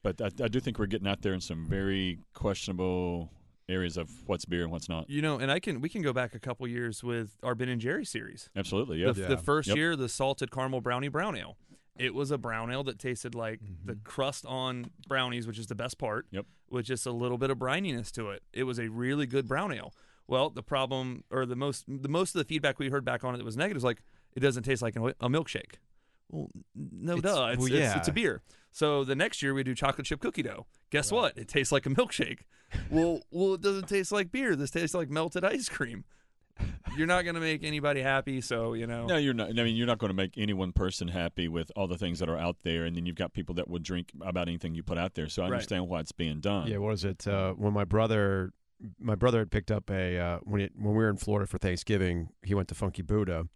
but I, I do think we're getting out there in some very questionable areas of what's beer and what's not.
You know, and I can we can go back a couple years with our Ben and Jerry series.
Absolutely, yeah.
The,
Yeah.
the first
Yep.
year, the salted caramel brownie brown ale. It was a brown ale that tasted like
Mm-hmm.
the crust on brownies, which is the best part,
Yep.
with just a little bit of brininess to it. It was a really good brown ale. Well, the problem, or the most, the most of the feedback we heard back on it that was negative is like it doesn't taste like a a milkshake. Well, n- no,
It's-
duh, it's,
well,
it's-
yeah.
it's a beer. So the next year we do chocolate chip cookie dough. Guess what? It tastes like a milkshake. well, well, it doesn't taste like beer. This tastes like melted ice cream. You're not gonna make anybody happy, so you know.
No, you're not. I mean, you're not going to make any one person happy with all the things that are out there, and then you've got people that will drink about anything you put out there. So I
Right.
understand why it's being done.
yeah. What was it? Uh, when my brother, my brother had picked up a uh, when it, when we were in Florida for Thanksgiving, he went to Funky Buddha,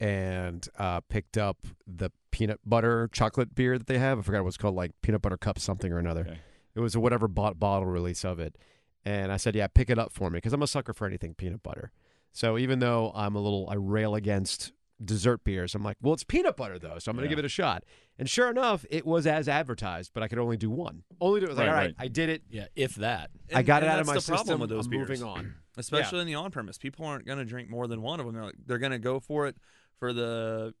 and uh, picked up the peanut butter chocolate beer that they have. I forgot what it was called, like peanut butter cup something or another.
Okay.
It was a whatever bot- bottle release of it. And I said, yeah, pick it up for me because I'm a sucker for anything peanut butter. So even though I'm a little, I rail against dessert beers. I'm like, well, it's peanut butter though, so I'm going to give it a shot. And sure enough, it was as advertised, but I could only do one. Only do it was like,
Right,
all right,
right.
I did it.
Yeah, if that.
I
And-
got it
and
out of
that's
my
the
system.
problem with those
I'm
beers.
moving on.
especially in the on-premise. People aren't going to drink more than one of them. They're, like- they're going to go for it for the,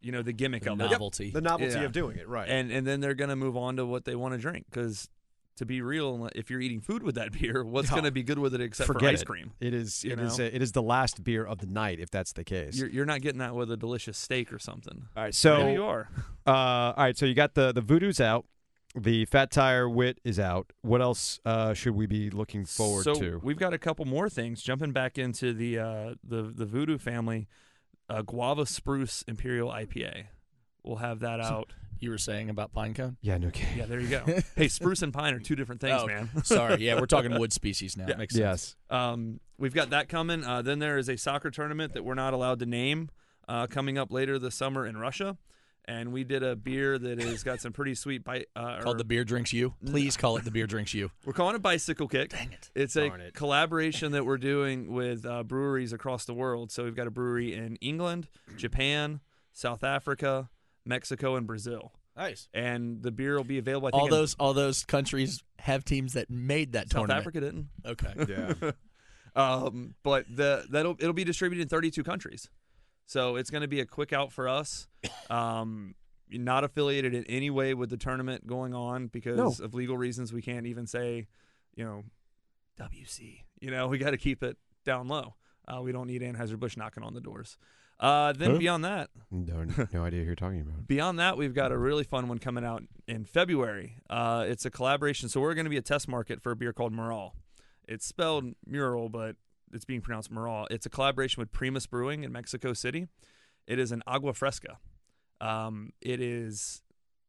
you know, the gimmick
The
of it.
novelty.
The novelty
Yeah.
of doing it, right?
And and then they're going to move on to what they want to drink because. To be real, if you're eating food with that beer, what's
Yeah.
going to be good with it except
Forget
for ice
it.
cream?
It is.
you
It is.
know?
A, it is the last beer of the night, if that's the case.
You're, you're not getting that with a delicious steak or something.
all right. So
Maybe you are.
Uh, all right, so you got the the voodoo's out, the fat tire wit is out. What else uh, should we be looking forward
so
to?
we've got a couple more things jumping back into the uh, the the Voodoo family. Uh, Guava Spruce Imperial IPA. We'll have that out.
you were saying about pine cone?
yeah, no kidding.
yeah, there you go. hey, spruce and pine are two different things,
Oh,
man.
Sorry. Yeah, we're talking wood species now. Makes sense.
Yes.
Um, we've got that coming. Uh, then there is a soccer tournament that we're not allowed to name uh, coming up later this summer in Russia, and we did a beer that has got some pretty sweet bite. Uh, or-
Called the beer drinks you. Please call it the beer drinks you.
we're calling it bicycle kick. Dang it! It's a
Darn it.
collaboration that we're doing with uh, breweries across the world. So we've got a brewery in England, Japan, South Africa, Mexico, and Brazil.
Nice.
And the beer will be available. I think
All
in-
those all those countries have teams that made that
South
tournament.
Africa didn't.
Okay.
Yeah.
Um, but the that'll it'll be distributed in 32 countries, so it's going to be a quick out for us. Um, not affiliated in any way with the tournament going on because of legal reasons. We can't even say, you know, WC. You know, we got to keep it down low. Uh, we don't need Anheuser Busch knocking on the doors. Uh, then
Huh?
beyond that,
no, no idea who you're talking about.
Beyond that, we've got a really fun one coming out in February. Uh, it's a collaboration. So we're going to be a test market for a beer called Mural. It's spelled Mural, but it's being pronounced Mural. It's a collaboration with Primus Brewing in Mexico City. It is an agua fresca. Um, it is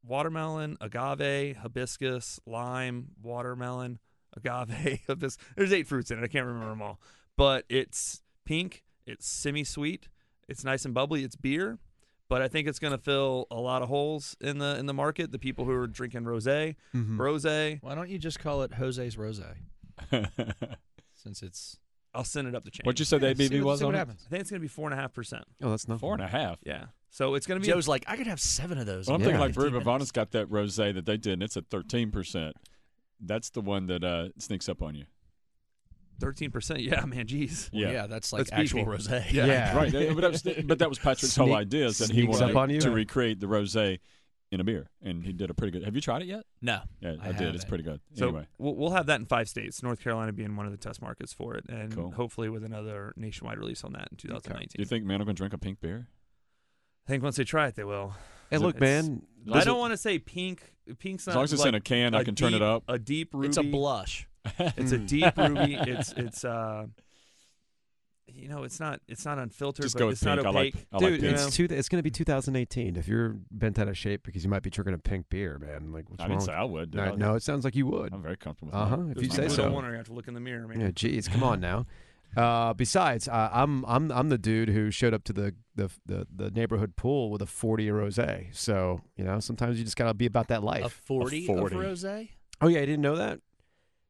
watermelon, agave, hibiscus, lime, watermelon, agave, hibiscus. There's eight fruits in it. I can't remember them all. But it's pink. It's semi-sweet. It's nice and bubbly. It's beer but I think it's going to fill a lot of holes in the in the market. The people who are drinking rosé,
Hmm.
rosé.
Why don't you just call it Jose's Rose? Since it's
I'll send it up the chain.
What'd you say the ABV was on it?
I think it's going to be four and a half percent.
Oh, that's not
Four and a half.
Yeah. So it's going to be.
Joe's like, I could have seven of those.
Well, I'm
in
thinking
about
like Brew
15
Vivana's got that rosé that they did, and it's at 13%. That's the one that uh, sneaks up on you.
thirteen percent. Yeah, man. Jeez.
minutes.
Yeah.
Yeah, that's like
That's
actual
beefy.
rose.
Yeah.
Right. That- But that was, but that was Patrick's whole
Sneak-
idea is that he
sneaks
wanted
up on you?
to
Yeah.
recreate the rosé in a beer, and he did a pretty good. Have you tried it yet?
No.
Yeah, I, did.
I
It's
haven't.
pretty good.
So
anyway,
we'll, we'll have that in five states. North Carolina being one of the test markets for it, and
Cool.
hopefully with another nationwide release on that in 2019.
do you think man are gonna drink a pink beer?
I think once they try it, they will.
Hey, look,
It's-
man.
I
Does
don't
it-
want to say pink. Pink's not
As long as it's
like
in a can, I can turn it
deep-
up.
A deep ruby.
It's a blush.
It's a
Hmm.
deep ruby. It's it's uh, you know, it's not it's not unfiltered,
Just
but
go with
it's not
pink. I like.
opaque.
I like
Dude,
pink.
it's
know.
two, it's going to be 2018. If you're bent out of shape because you might be drinking a pink beer, man, like what's
I
wrong?
didn't say I would. did
no,
I?
no, it sounds like you would.
I'm very comfortable.
Uh-huh,
With
if
that.
you
It's
say
not
If I
so.
don't
bad.
want her, I have to look in the mirror, man.
Yeah, geez, come on now. Uh, besides, uh, I'm I'm I'm the dude who showed up to the the, the, the neighborhood pool with a 40 rosé. So you know, sometimes you just gotta be about that
A
life.
40,
40.
of rose?
oh yeah, I didn't know that.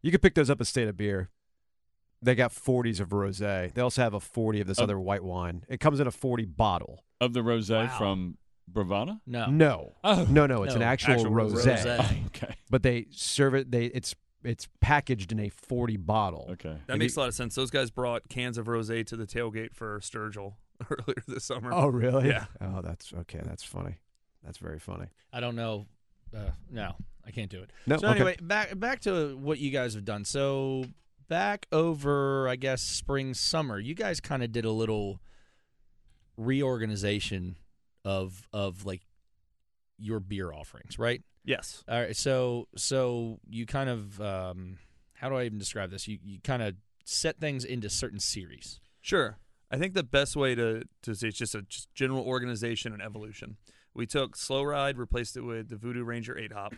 You could pick those up at State of Beer. They got 40s of rosé. They also have a 40 of this
Oh.
other white wine. It comes in a 40 bottle.
Of the rosé
Wow.
from Bravana.
No.
No,
Oh.
no, no, it's an
No,
actual,
actual
rosé.
rosé.
okay.
But they serve it. They it's it's packaged in a 40 bottle.
Okay.
That makes a lot of sense. Those guys brought cans of rosé to the tailgate for Sturgill earlier this summer.
Oh really?
Yeah.
Oh, that's okay. That's funny. That's very funny.
I don't know. Uh, no, I can't do it.
No,
So
Oh, okay.
anyway, back back to what you guys have done. So back over, I guess spring summer, you guys kind of did a little reorganization of of like your beer offerings, right?
Yes.
All right. So so you kind of um, how do I even describe this? You you kind of set things into certain series.
Sure. I think the best way to to say it's just a just general organization and evolution. We took Slow Ride, replaced it with the Voodoo Ranger 8 Hop.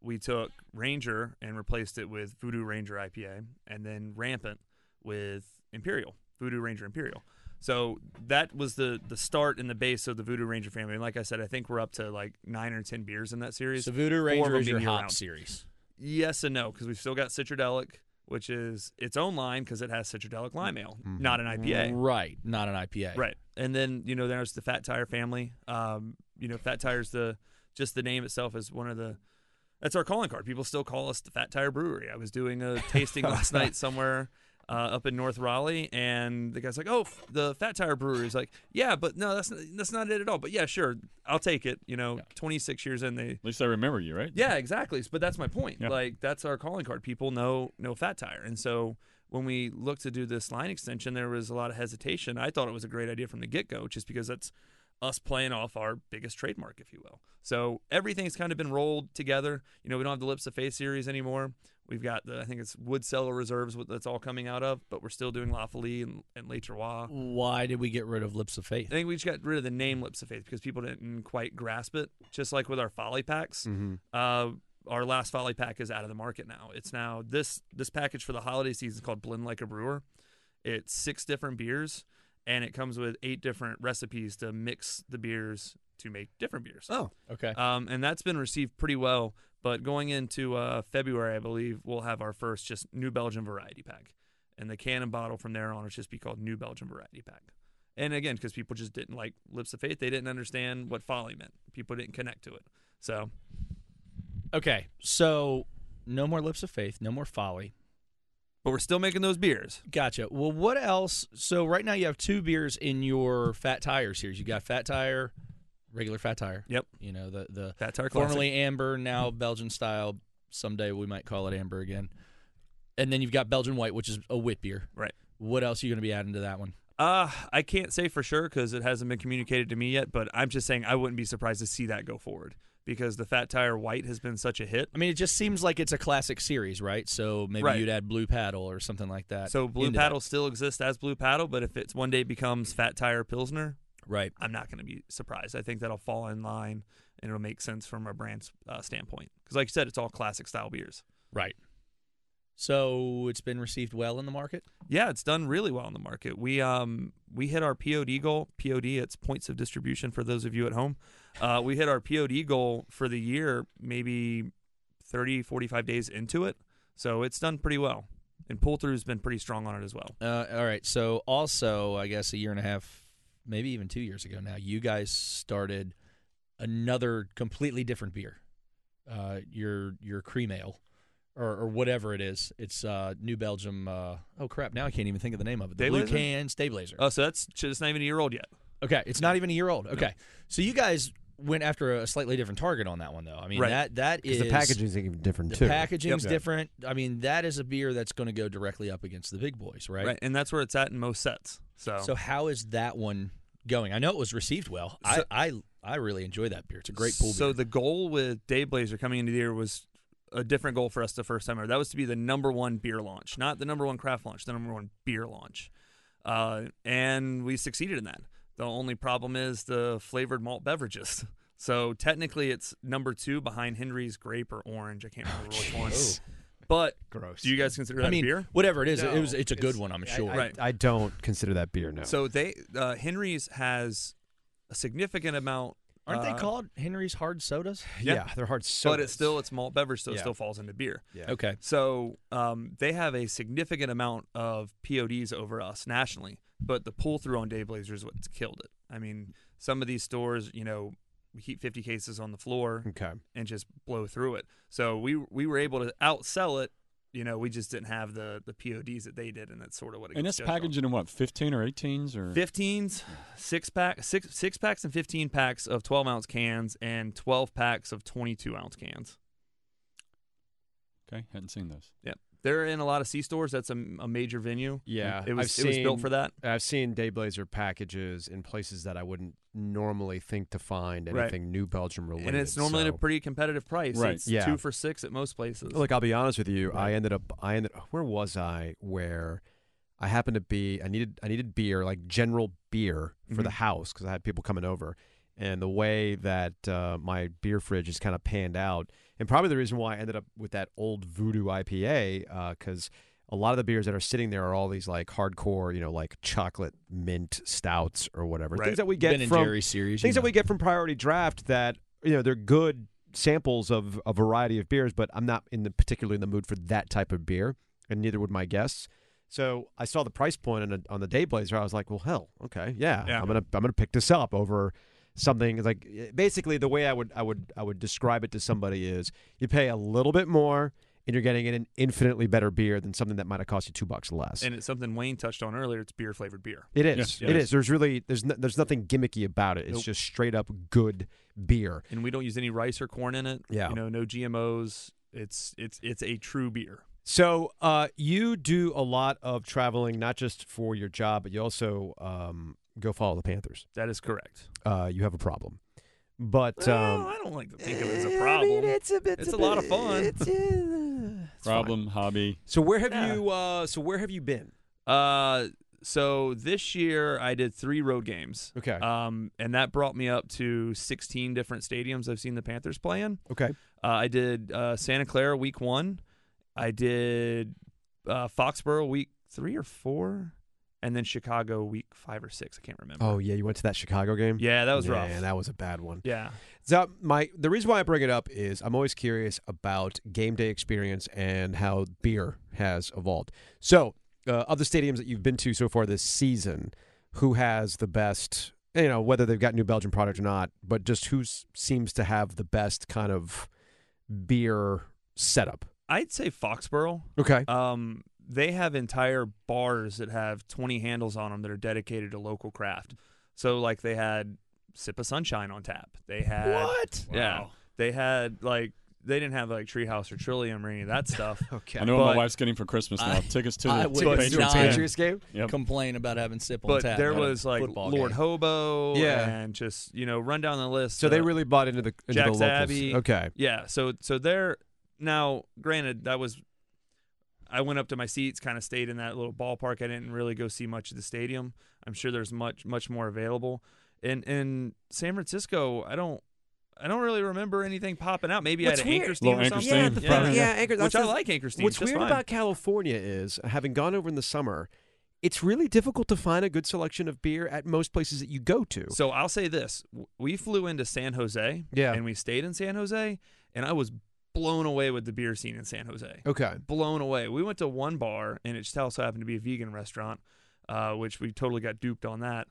We took Ranger and replaced it with Voodoo Ranger IPA, and then Rampant with Imperial, Voodoo Ranger Imperial. So that was the the start and the base of the Voodoo Ranger family. And like I said, I think we're up to like nine or ten beers in that series.
So Voodoo
Four
Ranger
of them
is your
being
hop
year-round.
series.
Yes and no, because we've still got Citradelic, which is its own line because it has Citradelic Lime Ale, not an IPA.
Right, not an IPA.
Right. and then you know there's the Fat Tire family. Um, you know, Fat Tire's the just the name itself is one of the that's our calling card. People still call us the Fat Tire Brewery. I was doing a tasting last night somewhere uh, up in North Raleigh, and the guy's like, "Oh, f- the Fat Tire Brewery." He's like, "Yeah, but no, that's not, that's not it at all." But yeah, sure, I'll take it. You know, 26 years in, they
At least I remember you, right?
yeah, exactly. But that's my point.
Yeah.
Like that's our calling card. People know know fat tire, and so when we looked to do this line extension, there was a lot of hesitation. I thought it was a great idea from the get go, just because that's us playing off our biggest trademark, if you will. So everything's kind of been rolled together. You know, we don't have the Lips of Faith series anymore. We've got the I think it's Wood Cellar Reserves what- that's all coming out of, but we're still doing La Folie and, and Le Terroir.
Why did we get rid of Lips of
I
Faith?
think we just got rid of the name Lips of Faith because people didn't quite grasp it. Just like with our folly packs,
Mm-hmm.
uh, our last folly pack is out of the market now. It's now this this package for the holiday season is called Blend Like a Brewer. It's six different beers, and it comes with eight different recipes to mix the beers to make different beers.
Oh,
Okay.
Um, and that's been received pretty well. But going into uh, February, I believe we'll have our first just New Belgian variety pack, and the can and bottle from there on will just be called New Belgian variety pack. And again, because people just didn't like Lips of Faith, they didn't understand what folly meant. People didn't connect to it. So
Okay. So no more Lips of Faith, no more Folly.
but we're still making those beers.
Gotcha. Well, what else? So right now you have two beers in your Fat Tire series. You got Fat Tire, regular Fat Tire.
Yep.
You know the the
Fat Tire Classic.
formerly amber, now Belgian style. Someday we might call it amber again. And then you've got Belgian white, which is a wit beer.
Right.
What else are you going to be adding to that one?
Uh, I can't say for sure because it hasn't been communicated to me yet, but I'm just saying I wouldn't be surprised to see that go forward because the Fat Tire White has been such a hit.
I mean, it just seems like it's a classic series, right? So maybe
Right.
you'd add Blue Paddle or something like that.
So Blue
into that.
Paddle still exists as Blue Paddle, but if it's one day becomes Fat Tire Pilsner,
right?
I'm not going to be surprised. I think that'll fall in line and it'll make sense from a brand's uh, standpoint. Because, like you said, it's all classic style beers.
Right. So it's been received well in the market.
Yeah, it's done really well in the market. We um we hit our POD goal. POD, it's points of distribution for those of you at home. Uh, we hit our POD goal for the year, maybe 30, 45 days into it. So it's done pretty well. And pull through has been pretty strong on it as well.
Uh, all right. So also, I guess a year and a half, maybe even two years ago now, you guys started another completely different beer. Uh, your your cream ale, or, or whatever it is. It's uh, New Belgium. Uh, oh crap! Now I can't even think of the name of it. The Blue
Dayblazer?
Can Stayblazer.
Uh,
Oh, so that's it's not even a year old yet.
Okay, it's not even a year old. Okay, so you guys went after a slightly different target on that one, though. I mean,
Right.
that that is
Because the packaging's even different
The
too.
packaging's
Yep.
different. I mean, that is a beer that's going to go directly up against the big boys, right?
And that's where it's at in most sets.
So how is that one going? I know it was received well.
So-
I, I I really enjoy that beer. It's a great pool
So
beer.
the goal with Dayblazer coming into the year was a different goal for us the first time ever. That was to be the number one beer launch, not the number one craft launch, the number one beer launch, uh, and we succeeded in that. The only problem is the flavored malt beverages. So technically, it's number two behind Henry's grape or orange. I can't remember which one. But
Gross.
do you guys consider that
Oh. I mean,
beer?
whatever it is, it was
No,
it's a good one. I'm
I-
sure.
I-
Right.
I don't consider that beer now.
So they uh, Henry's has a significant amount.
Aren't
uh,
they called Henry's hard sodas?
yeah, their hard sodas.
But it's still it's malt beverage, so it
Yeah.
still falls into beer.
Yeah.
Okay.
So um, they have a significant amount of PODs over us nationally, but the pull through on Dayblazer is what's killed it. I mean, some of these stores, you know, we keep 50 cases on the floor
Okay.
and just blow through it. So we we were able to outsell it. You know, we just didn't have the the PODs that they did, and that's sort of what it
And it's
gets judged on.
packaging in what, 15 or 18s or?
15s, six pack, six six packs, and 15 packs of 12 ounce cans, and 12 packs of 22 ounce cans.
Okay, hadn't seen those.
They're in a lot of C stores. That's a, a major venue.
Yeah,
it was
I've
it was built
seen-
for that.
I've seen Dayblazer packages in places that I wouldn't normally think to find
Right.
anything New Belgium related.
and it's normally at
so-
a pretty competitive price.
Right.
It's
Yeah.
two for six at most places.
Look, I'll be honest with you. I ended up. I ended. Where was I? Where I happened to be. I needed. I needed beer, like general beer, for the
Mm-hmm.
Mhm.
house because I had people coming over. And the way that uh, my beer fridge is kind of panned out, and probably the reason why I ended up with that old Voodoo IPA, because uh, a lot of the beers that are sitting there are all these like hardcore, you know, like chocolate mint stouts or whatever
Right.
things that we get
ben
from
and Jerry series.
things that we get from priority draft that you know they're good samples of a variety of beers but i'm not in the particularly in the mood for that type of beer and neither would my guests So I saw the price point on, a, on the day blazer. I was like, well, hell, okay, yeah,
Yeah.
I'm gonna I'm gonna pick this up over something It's like eh, basically the way I would I would I would describe it to somebody is you pay a little bit more and you're getting an infinitely better beer than something that might have cost you two bucks less.
And it's something Wayne touched on earlier. It's beer flavored beer.
It is.
Yeah.
It
Yes.
is. There's really there's no, there's nothing gimmicky about it. It's
Nope.
just straight up good beer.
and we don't use any rice or corn in it.
Yeah.
you know, no GMOs. It's it's it's a true beer.
So uh, you do a lot of traveling, not just for your job, but you also um, go follow the Panthers.
That is correct.
Uh, you have a problem, but um,
I don't like to think of it as a problem. it's a, bit, it's a, lot of fun.
Problem, hobby.
so where have
Yeah.
you? Uh, so where have you been?
uh, so this year I did three road games.
Okay.
Um, and that brought me up to 16 different stadiums I've seen the Panthers play in.
okay.
Uh, I did uh, Santa Clara week one. I did uh, Foxborough week three or four, and then Chicago week five or six. I can't remember.
Oh yeah, you went to that Chicago game.
yeah, that was
yeah,
rough.
that was a bad one.
yeah,
So my the reason why I bring it up is I'm always curious about game day experience and how beer has evolved. So uh, of the stadiums that you've been to so far this season, who has the best? You know whether they've got New Belgian product or not, but just who s- seems to have the best kind of beer setup.
I'd say Foxborough.
Okay.
Um, they have entire bars that have 20 handles on them that are dedicated to local craft. So like they had Sip of Sunshine on tap. They had
What?
Yeah, they had like they didn't have like Treehouse or Trillium or any of that stuff.
Okay.
I know what
But-
my wife's getting for Christmas now.
I-
Tickets to
I
the
would
Patriots
not-
game.
Patriots game.
Yep.
Complain about having sip on
but
tap.
there
at a
was like
football
Lord
game.
Hobo
Yeah.
and just you know run down the list.
So they
uh,
really bought into the into
Jack's
the locals.
Abbey.
Okay.
yeah. So so they're now granted that was I went up to my seats, kind of stayed in that little ballpark. I didn't really go see much of the stadium. I'm sure there's much much more available. And in San Francisco, I don't I don't really remember anything popping out. Maybe
What's
I had an
weird-
Anchorstein
Little
or something.
Anchorstein. Yeah,
yeah,
yeah, Anchor-
Which
that's
I
just-
like Anchorstein.
What's
just
weird
fine.
about California is, having gone over in the summer, it's really difficult to find a good selection of beer at most places that you go to.
So I'll say this: W- we flew into San Jose,
Yeah.
and we stayed in San Jose, and I was blown away with the beer scene in San Jose.
Okay.
Blown away. We went to one bar, and it just also happened to be a vegan restaurant, uh, which we totally got duped on that.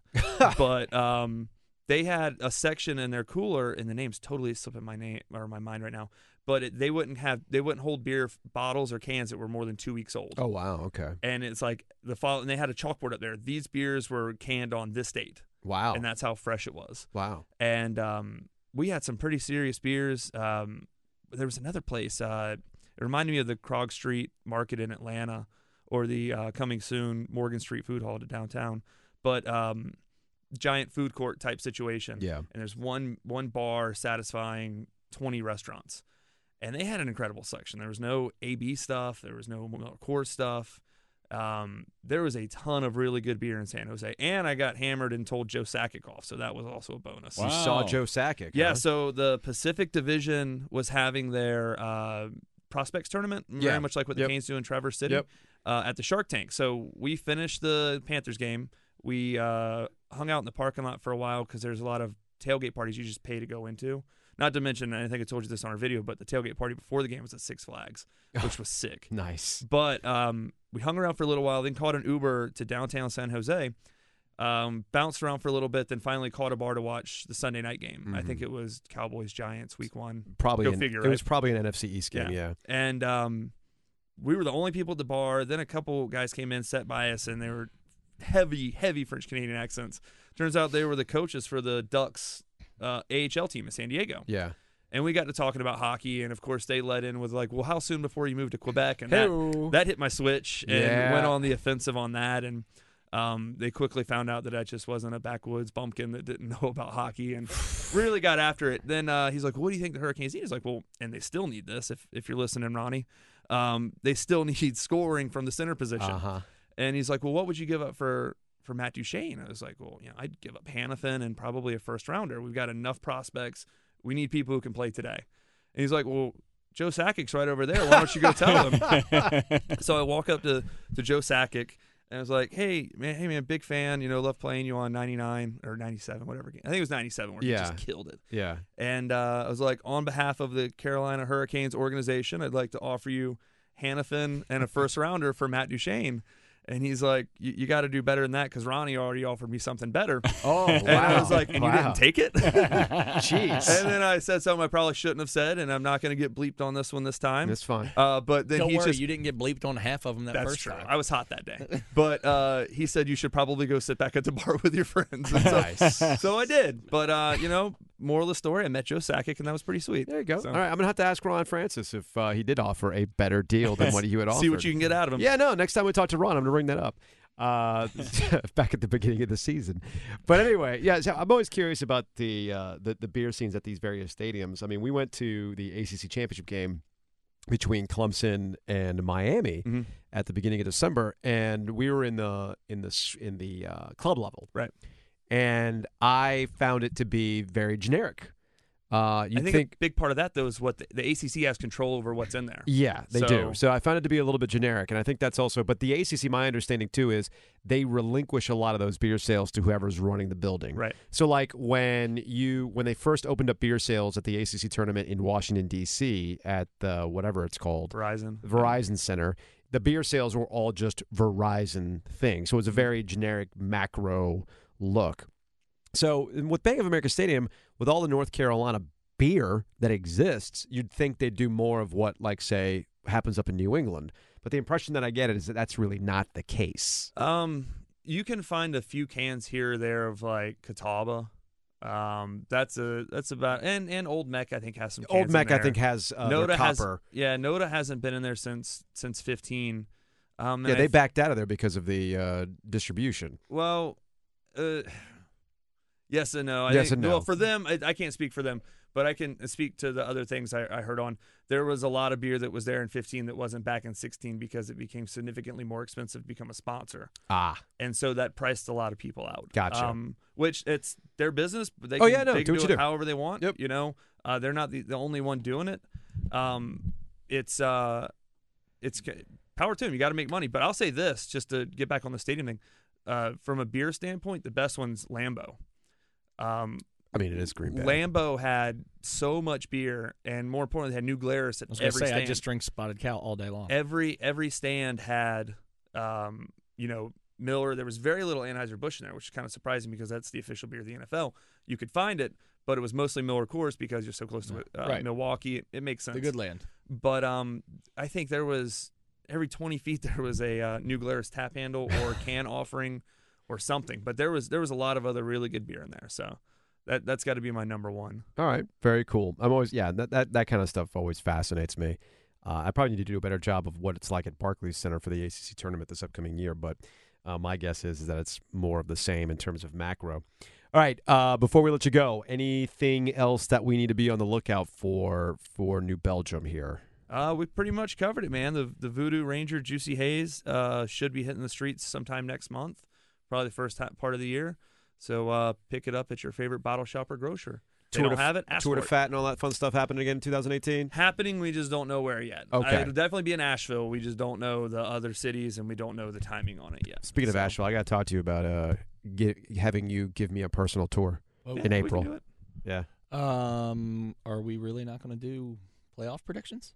but um, they had a section in their cooler, and the name's totally slipping my name or my mind right now. But it, they wouldn't have, they wouldn't hold beer f- bottles or cans that were more than two weeks old
Oh wow. Okay.
and it's like the fall and they had a chalkboard up there these beers were canned on this date
Oh.
Wow.
and that's how fresh it was
wow.
and um, we had some pretty serious beers um, there was another place uh, it reminded me of the Krog Street Market in Atlanta or the uh, coming soon Morgan Street Food Hall to downtown but um, giant food court type situation
Yeah.
and there's one one bar satisfying 20 restaurants and they had an incredible section there was no ab stuff there was no core stuff um, there was a ton of really good beer in san jose and i got hammered and told joe sakic off so that was also a bonus
Wow.
You saw Joe Sakic.
yeah
huh?
so the pacific division was having their uh, prospects tournament
Yeah.
very much like what the
Yep.
canes do in traverse city
Yep.
uh, at the shark tank so we finished the panthers game we uh, hung out in the parking lot for a while because there's a lot of tailgate parties you just pay to go into. Not to mention, and I think I told you this on our video, but the tailgate party before the game was at Six Flags, which was sick.
Nice.
But um, we hung around for a little while, then caught an Uber to downtown San Jose, um, bounced around for a little bit, then finally caught a bar to watch the Sunday night game. I think it was Cowboys Giants week one.
Probably.
Go
an-
figure,
It
right?
was probably an NFC East game. E Yeah.
And um, we were the only people at the bar. Then a couple guys came in, sat by us, and they were heavy, heavy French Canadian accents. Turns out they were the coaches for the Ducks uh, AHL team in San Diego.
Yeah.
And we got to talking about hockey, and of course they let in with like, "Well, how soon before you move to Quebec?" And that,
Hey-o.
that hit my switch and
Yeah.
went on the offensive on that. And um, they quickly found out that I just wasn't a backwoods bumpkin that didn't know about hockey, and really got after it. Then uh, he's like, "What do you think the Hurricanes need?" He's like, "Well, and they still need this. If if you're listening, Ronnie, um, they still need scoring from the center position."
Uh huh.
And he's like, "Well, what would you give up for for Matt Duchene?" I was like, "Well, you know, I'd give up Hannafin and probably a first rounder. We've got enough prospects. We need people who can play today." And he's like, "Well, Joe Sakic's right over there. Why don't you go tell him?" so I walk up to to Joe Sakic. And I was like, "Hey man, hey man, big fan. You know, love playing you on '99 or '97, whatever game. I think it was '97 where
Yeah.
he just killed it.
Yeah.
And uh, I was like, on behalf of the Carolina Hurricanes organization, I'd like to offer you Hannafin and a first rounder for Matt Duchene. And he's like, "You you got to do better than that because Ronnie already offered me something better."
Oh, wow.
And I was like, "And you
Wow.
didn't take it?"
Jeez.
and then I said something I probably shouldn't have said, and I'm not going to get bleeped on this one this time.
That's fine.
Uh, but then
Don't
he
worry,
just
you didn't get bleeped on half of them that
that's
first
true.
time.
I was hot that day, but uh, he said you should probably go sit back at the bar with your friends. And so,
Nice.
so I did. But uh, you know, moral of the story, I met Joe Sakic, and that was pretty sweet.
There you go.
So,
All right, I'm gonna have to ask Ron Francis if uh, he did offer a better deal than what you had offered.
See what you can get out of him.
Yeah, no. Next time we talk to Ron, I'm gonna bring that up. Uh, back at the beginning of the season, but anyway, yeah. So I'm always curious about the, uh, the the beer scenes at these various stadiums. I mean, we went to the ACC championship game between Clemson and Miami
Mhm.
at the beginning of December, and we were in the in the s- in the uh, club level,
Right.
And I found it to be very generic. Uh, you
I think, a big part of that though is what the, the ACC has control over what's in there.
Yeah, they
So-
do. So I found it to be a little bit generic, and I think that's also. But the ACC, my understanding too, is they relinquish a lot of those beer sales to whoever's running the building.
Right.
So like when you when they first opened up beer sales at the ACC tournament in Washington D.C. at the whatever it's called
Verizon.
Verizon Center, the beer sales were all just Verizon things. So it was a very generic macro look. So and with Bank of America Stadium, with all the North Carolina beer that exists, you'd think they'd do more of what, like, say, happens up in New England. But the impression that I get is that that's really not the case.
Um, you can find a few cans here or there of like Catawba. Um, that's a that's about and and Old Mech I think has some.
Old
cans in
Mech, I
there.
think, has uh, their
Noda has
copper.
yeah. Noda hasn't been in there since since fifteen. Um, and
yeah,
I
they
th-
backed out of there because of the uh, distribution.
Well, uh, yes and no. I
Yes
think-
and no.
Well, for them, I, I can't speak for them, but I can speak to the other things I, I heard on. There was a lot of beer that was there in 15 that wasn't back in 16 because it became significantly more expensive to become a sponsor.
Ah,
And so that priced a lot of people out.
Gotcha.
Um, which it's their business. But they
Oh,
can,
yeah, no,
they can
do what you do.
it however they want.
Yep.
You know, uh, they're not the, the only one doing it. Um, it's uh, it's c- power to them. You got to make money. But I'll say this, just to get back on the stadium thing, uh, from a beer standpoint, the best one's Lambo. Um,
I mean, it is Green Bay.
Lambo had so much beer, and more importantly, they had New Glarus at
I was gonna
every
say
stand.
I just drink Spotted Cow all day long.
every every stand had, um, you know, Miller. There was very little Anheuser Busch in there, which is kind of surprising because that's the official beer of the NFL. You could find it, but it was mostly Miller Coors because you're so close to it. Uh,
Right.
Milwaukee. It, it makes sense
the good land.
but um, I think there was every 20 feet there was a uh, new Glarus tap handle or can offering or something. But there was there was a lot of other really good beer in there, so that that's got to be my number one.
All right, very cool. I'm always yeah, that that, that kind of stuff always fascinates me. Uh, I probably need to do a better job of what it's like at Barclays Center for the ACC tournament this upcoming year, but uh, my guess is, is that it's more of the same in terms of macro. All right, uh, before we let you go, anything else that we need to be on the lookout for for New Belgium here?
Uh, we pretty much covered it, man. The the Voodoo Ranger Juicy Haze uh, should be hitting the streets sometime next month, probably the first ha- part of the year. So uh, pick it up at your favorite bottle shop or grocer. If they
Tour
don't
de-
have it. Ask
Tour
for
de
it.
Fat and all that fun stuff happening again in 2018.
happening. We just don't know where yet.
Okay.
Uh, it'll definitely be in Asheville. We just don't know the other cities, and we don't know the timing on it yet.
Speaking of
So-
Asheville, I got to talk to you about uh, gi- having you give me a personal tour
Oh,
in
we can
April.
do it.
Yeah.
Um, are we really not going to do playoff predictions?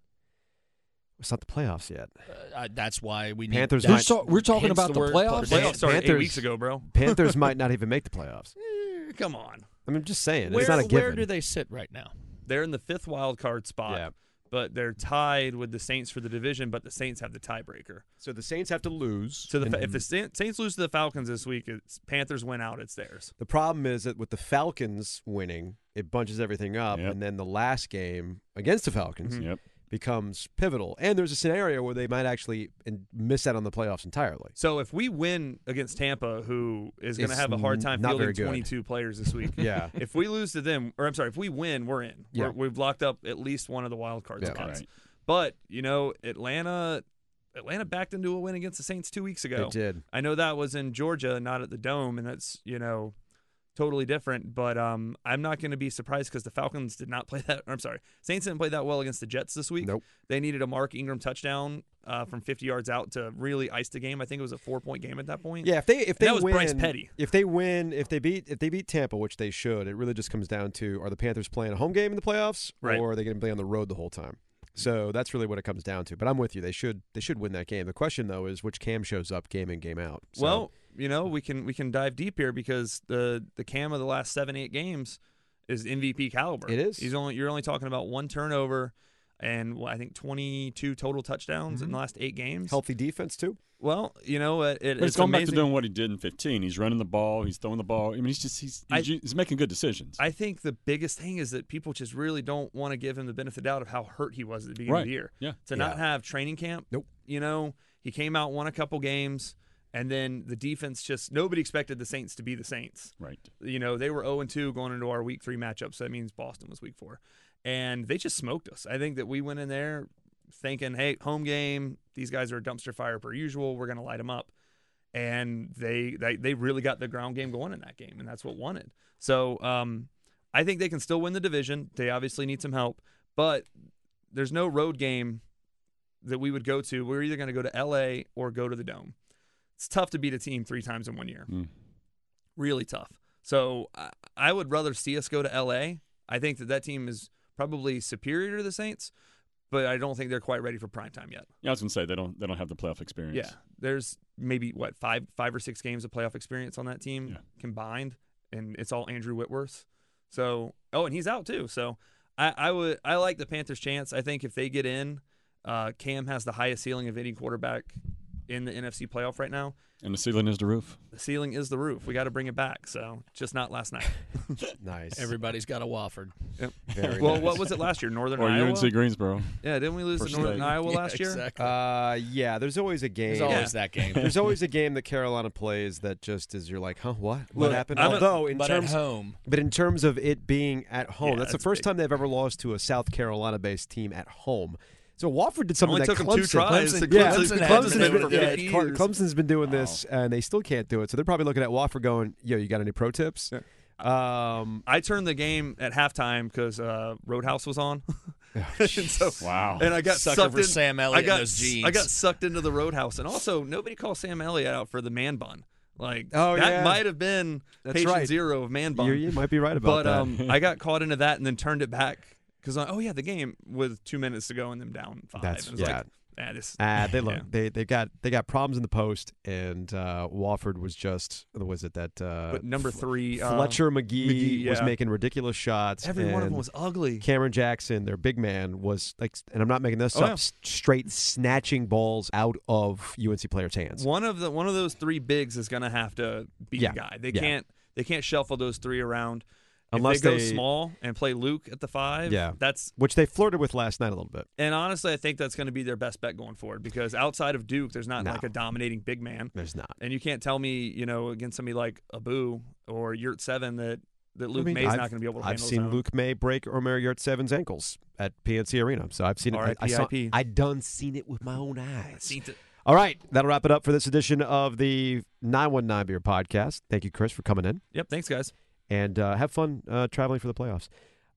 It's not the playoffs yet.
Uh, uh, that's why we need
Panthers
that-
might-
So we're talking
hence
about the
word
playoffs?
prediction.
Playoffs started oh, eight
Panthers-
weeks ago, bro.
Panthers might not even make the playoffs.
Eh, Come on,
I mean, I'm just saying.
Where,
it's not a given.
where do they sit right now?
they're in the fifth wild card spot,
Yeah.
but they're tied with the Saints for the division. But the Saints have the tiebreaker.
So the Saints have to lose.
So the, fa- if the Saint- Saints lose to the Falcons this week, it's Panthers win out. It's theirs.
the problem is that with the Falcons winning, it bunches everything up,
Yep.
and then the last game against the Falcons
Yep.
becomes pivotal. And there's a scenario where they might actually and miss out on the playoffs entirely.
So if we win against Tampa, who is going to
It's
have a hard time
not very
fielding
good.
22 players this week,
Yeah.
if we lose to them, or I'm sorry, if we win, we're in.
Yeah.
We're, we've locked up at least one of the wild card
Yeah.
spots.
Right.
But you know, Atlanta, Atlanta backed into a win against the Saints two weeks
They
ago.
did.
I know that was in Georgia, not at the Dome, and that's you know totally different. But um, I'm not going to be surprised because the Falcons did not play that. Or I'm sorry, Saints didn't play that well against the Jets this week.
Nope.
They needed a Mark Ingram touchdown uh, from 50 yards out to really ice the game. I think it was a four point game at that point.
Yeah, if they if
And
they
that was
win,
Bryce Petty.
if they win, if they beat if they beat Tampa, which they should, it really just comes down to are the Panthers playing a home game in the playoffs,
Right.
or are they going to play on the road the whole time? So that's really what it comes down to. But I'm with you. They should they should win that game. The question though is which cam shows up game in game out. So-
Well, you know, we can we can dive deep here because the the cam of the last seven eight games is MVP caliber.
It is.
He's only you're only talking about one turnover and well, I think 22 total touchdowns in the last eight games.
healthy defense too.
Well, you know, it, it,
But it's
it's
going
amazing.
back to doing what he did in 15. He's running the ball. He's throwing the ball. I mean, he's just he's he's,
I-
ju- he's making good decisions.
I think the biggest thing is that people just really don't want to give him the benefit of the doubt of how hurt he was at the beginning of
Right.
the year.
Yeah.
To not have training camp.
Nope.
You know, he came out, won a couple games, and then the defense just nobody expected the Saints to be the Saints.
right.
You know, they were 0 2 going into our week three matchup, so that means Boston was week four. And they just smoked us. I think that we went in there thinking, hey, home game, these guys are a dumpster fire per usual. We're going to light them up. And they, they they really got the ground game going in that game, and that's what won it. So um, I think they can still win the division. They obviously need some help, but there's no road game that we would go to. We're either going to go to LA or go to the Dome. It's tough to beat a team three times in one year
Mm.
really tough. So I, I would rather see us go to LA. I think that that team is probably superior to the Saints, but I don't think they're quite ready for prime time yet.
Yeah, I was going to say they don't they don't have the playoff experience.
Yeah, there's maybe what five five or six games of playoff experience on that team
Yeah.
combined, and it's all Andrew Whitworth. So oh, and he's out too. So I, I would I like the Panthers' chance. I think if they get in, uh, Cam has the highest ceiling of any quarterback in the NFC playoff right now.
And the ceiling is the roof.
The ceiling is the roof. We got to bring it back. So just not last night.
Nice.
Everybody's got a Wofford.
Very
well,
nice.
what was it last year? Northern
Or
Iowa.
UNC Greensboro.
Yeah, didn't we lose to
First
Northern
leg.
Iowa last year?
Exactly.
Uh, yeah. There's always a game.
There's always that game.
There's always a game that Carolina plays that just is you're like, huh, what? What
Look,
happened?
I'm a-
Although in
but
terms
at home,
but in terms of it being at home,
Yeah,
that's the
that's
first
big.
time they've ever lost to a South Carolina based team at home. So Wofford did something
Only
that
took 'em
Clemson,
two tries.
Clemson,
Clemson-
yeah,
Clemson
Clemson,
hasn't
has been,
been for
yeah,
50
Cle-
years.
Clemson's been doing this, and they still can't do it. So they're probably looking at Wofford going, "Yo, you got any pro tips?" Um,
I turned the game at halftime because uh, Roadhouse was on, and so
Wow.
and I got
Sucker
sucked
for
in-
Sam Elliott
I
and
got
those jeans.
I got sucked into the Roadhouse, and also nobody calls Sam Elliott out for the man bun. Like
Oh,
that
yeah.
might have been
That's
patient
right.
zero of man bun.
you, you might be right about
but
that.
um, I got caught into that and then turned it back because oh yeah, the game with two minutes to go and them down five.
That's-
It was like,
yeah.
"Ah, this-
Ah, they look
Yeah.
they they got they got problems in the post, and uh, Wofford was just was it that uh,
but number three, uh,
Fletcher McGee,
McGee,
was
yeah.
making ridiculous shots.
Every one of
and
them was ugly.
Cameron Jackson, their big man, was like, and I'm not making this
Oh,
up,
yeah.
s- straight snatching balls out of UNC players' hands.
One of the one of those three bigs is going to have to be
Yeah.
the guy. They
Yeah.
can't they can't shuffle those three around. If
Unless
they go
they-
small and play Luke at the five,
Yeah.
that's
Which they flirted with last night a little bit.
and honestly, I think that's going to be their best bet going forward because outside of Duke, there's not
No.
like a dominating big man,
There's not.
and you can't tell me you know against somebody like Abu or Yurt Seven that that Luke
mean,
May's
I've-
not going to be able to
I've
handle.
seen
zone.
Luke May break Omer Yurt Seven's ankles at PNC Arena, so I've seen it. I, I saw,
RIPIP.
I done seen it with my own eyes.
Seen it.
All right, that'll wrap it up for this edition of the 919 Beer Podcast. Thank you, Chris, for coming in.
Yep. Thanks, guys.
and uh, have fun uh, traveling for the playoffs.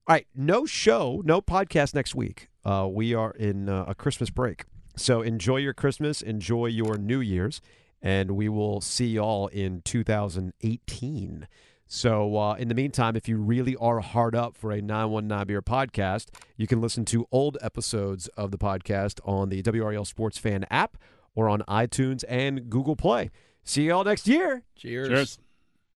All right, no show, no podcast next week. Uh, we are in uh, a Christmas break, so enjoy your Christmas, enjoy your New Year's, and we will see y'all in 2018. So, uh, in the meantime, if you really are hard up for a 919 Beer podcast, you can listen to old episodes of the podcast on the E WRL Sports Fan app or on iTunes and Google Play. See y'all next year.
cheers.
Cheers.